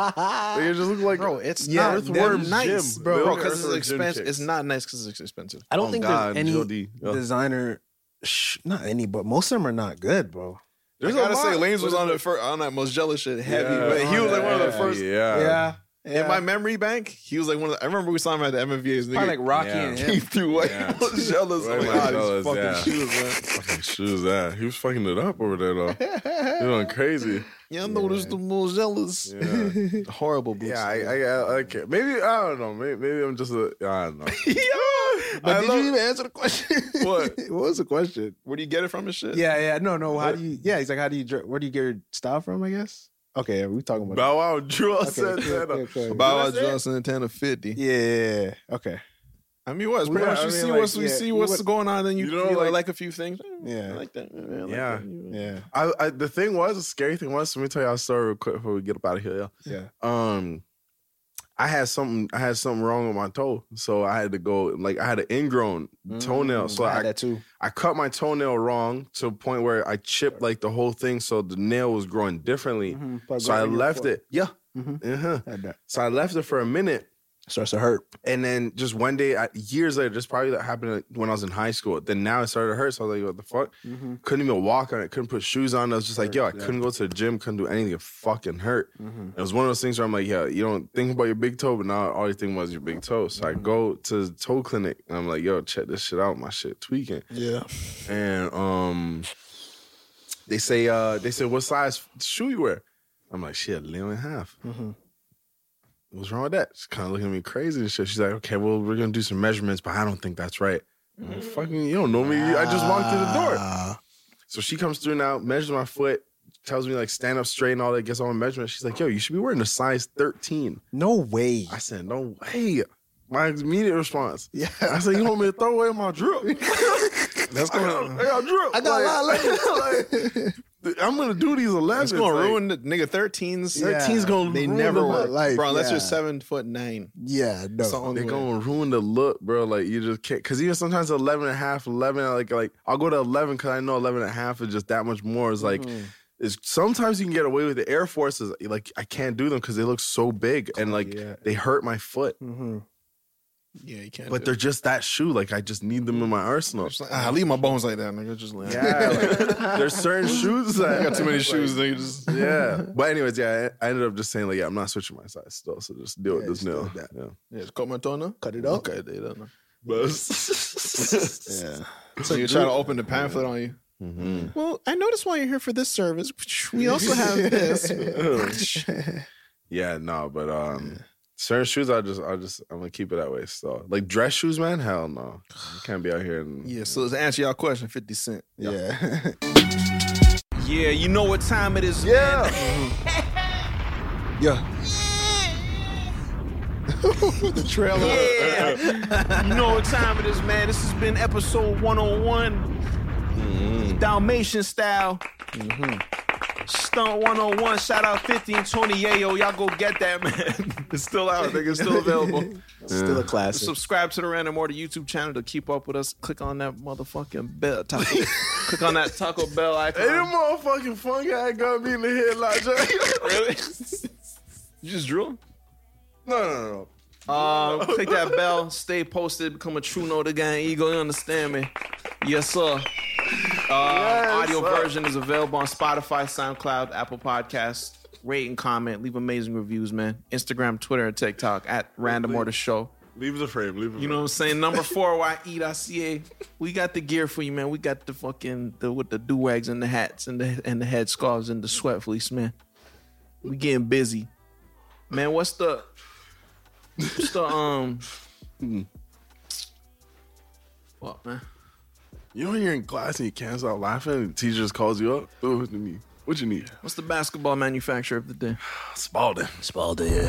E: they just look like
C: Bro, it's
E: yeah,
C: not
E: earthworm
C: they're nice,
E: gym. They
C: bro.
E: look like
C: Because it's
E: earthworm gym
C: expensive.
E: kicks.
C: It's not nice because it's expensive.
D: I don't
E: Oh,
D: think
E: God,
D: there's any
E: Jody. Yeah.
D: designer, sh- not any, but most of them are not good, bro.
C: I gotta say, Lanes was on the first on that Margella shit heavy, but he was like one of the first.
E: Yeah.
C: In my memory bank, he was like one of the. I remember we saw him at the MVA's. Nigga.
D: Probably like Rocky
E: Yeah. and
D: him.
C: He threw white
E: Yeah.
C: Margellas. Oh
E: White
C: my God,
E: Margellas,
C: these fucking
E: yeah.
C: shoes, man.
E: Fucking shoes that he was fucking it up over there though. He was going crazy.
C: Y'all notice the Margellas.
E: Yeah.
C: Horrible boots.
E: Yeah, I, I, I, I can't. Maybe I don't know. Maybe, maybe I'm just a. I don't know.
D: But
E: I
D: did
E: love-
D: you even answer the question?
E: What?
D: what was the question?
C: Where do you get it from and shit?
D: Yeah, yeah, no, no. How do you? Yeah, he's like, how do you? dr- Where do you get your style from? I guess. Okay, we talking about
E: Bow Wow Drill said
D: cool,
E: that. uh,
D: cool, cool.
C: Bow Wow
E: That's it?
C: Johnson and Tana 50.
D: Yeah, yeah, yeah. Okay.
C: I mean, what? It's
E: Well,
C: pretty
E: yeah,
C: much
E: I
C: you
E: mean,
C: see
E: like,
C: what's we
E: yeah,
C: see
E: you
C: what's
E: would-
C: going on, and you,
E: you
C: you
E: know,
C: know, like,
E: like-
C: a few things.
D: Yeah.
C: I like that. I like
E: Yeah.
C: that.
D: Yeah.
E: I, I the thing was the scary thing was let me tell y'all a story real quick before we get up out of here.
D: Yeah.
E: Yeah. Um, I had something I had something wrong with my toe, so I had to go like I had an ingrown toenail, so
D: I had
E: I
C: Mm.
D: that too.
E: I cut my toenail wrong to a point where I chipped like the whole thing, so the nail was growing differently.
D: But
E: So I
D: growing your
E: left
D: foot.
E: it. Yeah.
D: Mhm.
E: Uh-huh.
D: Had that.
E: So I left it for a minute.
D: Starts to hurt.
E: And then just one day, I, years later, this probably that happened when I was in high school. Then now it started to hurt. So I was like, what the fuck?
D: Mm-hmm.
E: Couldn't even walk on it. Couldn't put shoes on. I was just like, yo, I couldn't go to the gym. Couldn't do anything. It fucking hurt.
D: Mm-hmm.
E: It was one of those things where I'm like, yeah, you don't think about your big toe, but now all you think about is your big toe. So I
D: Mm-hmm.
E: go to the toe clinic and I'm like, yo, check this shit out. My shit tweaking.
D: Yeah.
E: And um, they say, uh, they said, what size shoe you wear? I'm like, shit, 11 and a half what's wrong with that? She's kind of looking at me crazy and shit. She's like, okay, well, we're gonna do some measurements, but I don't think that's right. I'm like, Fucking, you don't know me. I just walked through the
D: Ah.
E: door. So she comes through now, measures my foot, tells me like stand up straight and all that, gets all my measurements. She's like, yo, you should be wearing a size 13.
D: No way.
E: I said, no way. My immediate response. Yeah. I said, you want me to throw away my drip?
C: That's
E: I
C: going
E: got, I got drip.
D: I got a lot
E: like, like, I'm gonna do these 11s.
C: It's going to
E: like,
C: ruin the nigga 13s.
D: Yeah.
E: 13's gonna
C: They
E: ruin
C: never
E: the
C: work.
D: life,
C: Bro, unless
D: yeah.
C: you're seven foot nine.
D: Yeah. No.
E: They're
C: way.
E: gonna ruin the look, bro. Like you just can't cause even sometimes 11 and a half, 11, like like I'll go to 11 because I know 11 and a half is just that much more. It's like
C: Mm-hmm.
E: it's sometimes you can get away with the Air Forces. Like I can't do them because they look so big and like
D: yeah.
E: they hurt my foot.
C: Mm-hmm. Yeah, you can't.
E: But they're just that shoe. Like I just need them in my arsenal.
C: just like, ah, leave my bones like that, nigga. Just like,
E: Yeah, like, there's certain shoes that
C: I got too many
E: like,
C: shoes, nigga. Just,
E: Yeah, but anyways, yeah, I I ended up just saying like, yeah, I'm not switching my size still, so just deal with
D: Yeah,
E: this
D: just deal
E: now.
D: with that.
E: Yeah.
C: yeah, just cut my toenail.
D: Cut it up.
C: Okay, they don't know.
E: But-
D: Yeah.
C: So you try to open the pamphlet on you. Well, I noticed while you're here for this service, we also have this.
E: Yeah, no, but um, certain shoes, I just, I just, I'm gonna keep it that way. So, like dress shoes, man, hell no, you can't be out here. And,
C: Yeah, so let's answer y'all question, 50 Cent.
E: yeah,
C: Yeah, you know what time it is, yeah. Mm-hmm.
D: Yeah.
C: the trailer. Yeah. you know what time it is, man. This has been episode 101, Dalmatian style. Stunt 101. Shout out 50 and Tony Yayo. Y'all go get that, man. It's still out. I think it's still available.
S: Still a classic.
C: Subscribe to the Random Order YouTube channel to keep up with us. Click on that motherfucking bell. Taco, click on that Taco Bell
E: hey, them
C: icon.
E: motherfucking fun guy got me in the head like that.
C: Really? you just drew?
E: No, no, no.
C: Uh, click that bell, stay posted, become a true note again. Ego, you understand me? Yes, sir. Uh, audio version is available on Spotify, SoundCloud, Apple Podcasts. Rate and comment, leave amazing reviews, man. Instagram, Twitter, and TikTok at Random Order Show.
E: Leave the frame. Leave. The
C: You know what I'm saying? Number four, why eat ICA. We got the gear for you, man. We got the fucking the with the do wags and the hats and the and the head scarves and the sweat fleece, man. We getting busy. Man, what's the what's the um what man?
E: You know when you're in class and you can't stop laughing, and the teacher just calls you up. Ooh, what you need? What you need?
C: What's the basketball manufacturer of the day?
E: Spalding.
S: Spalding, yeah.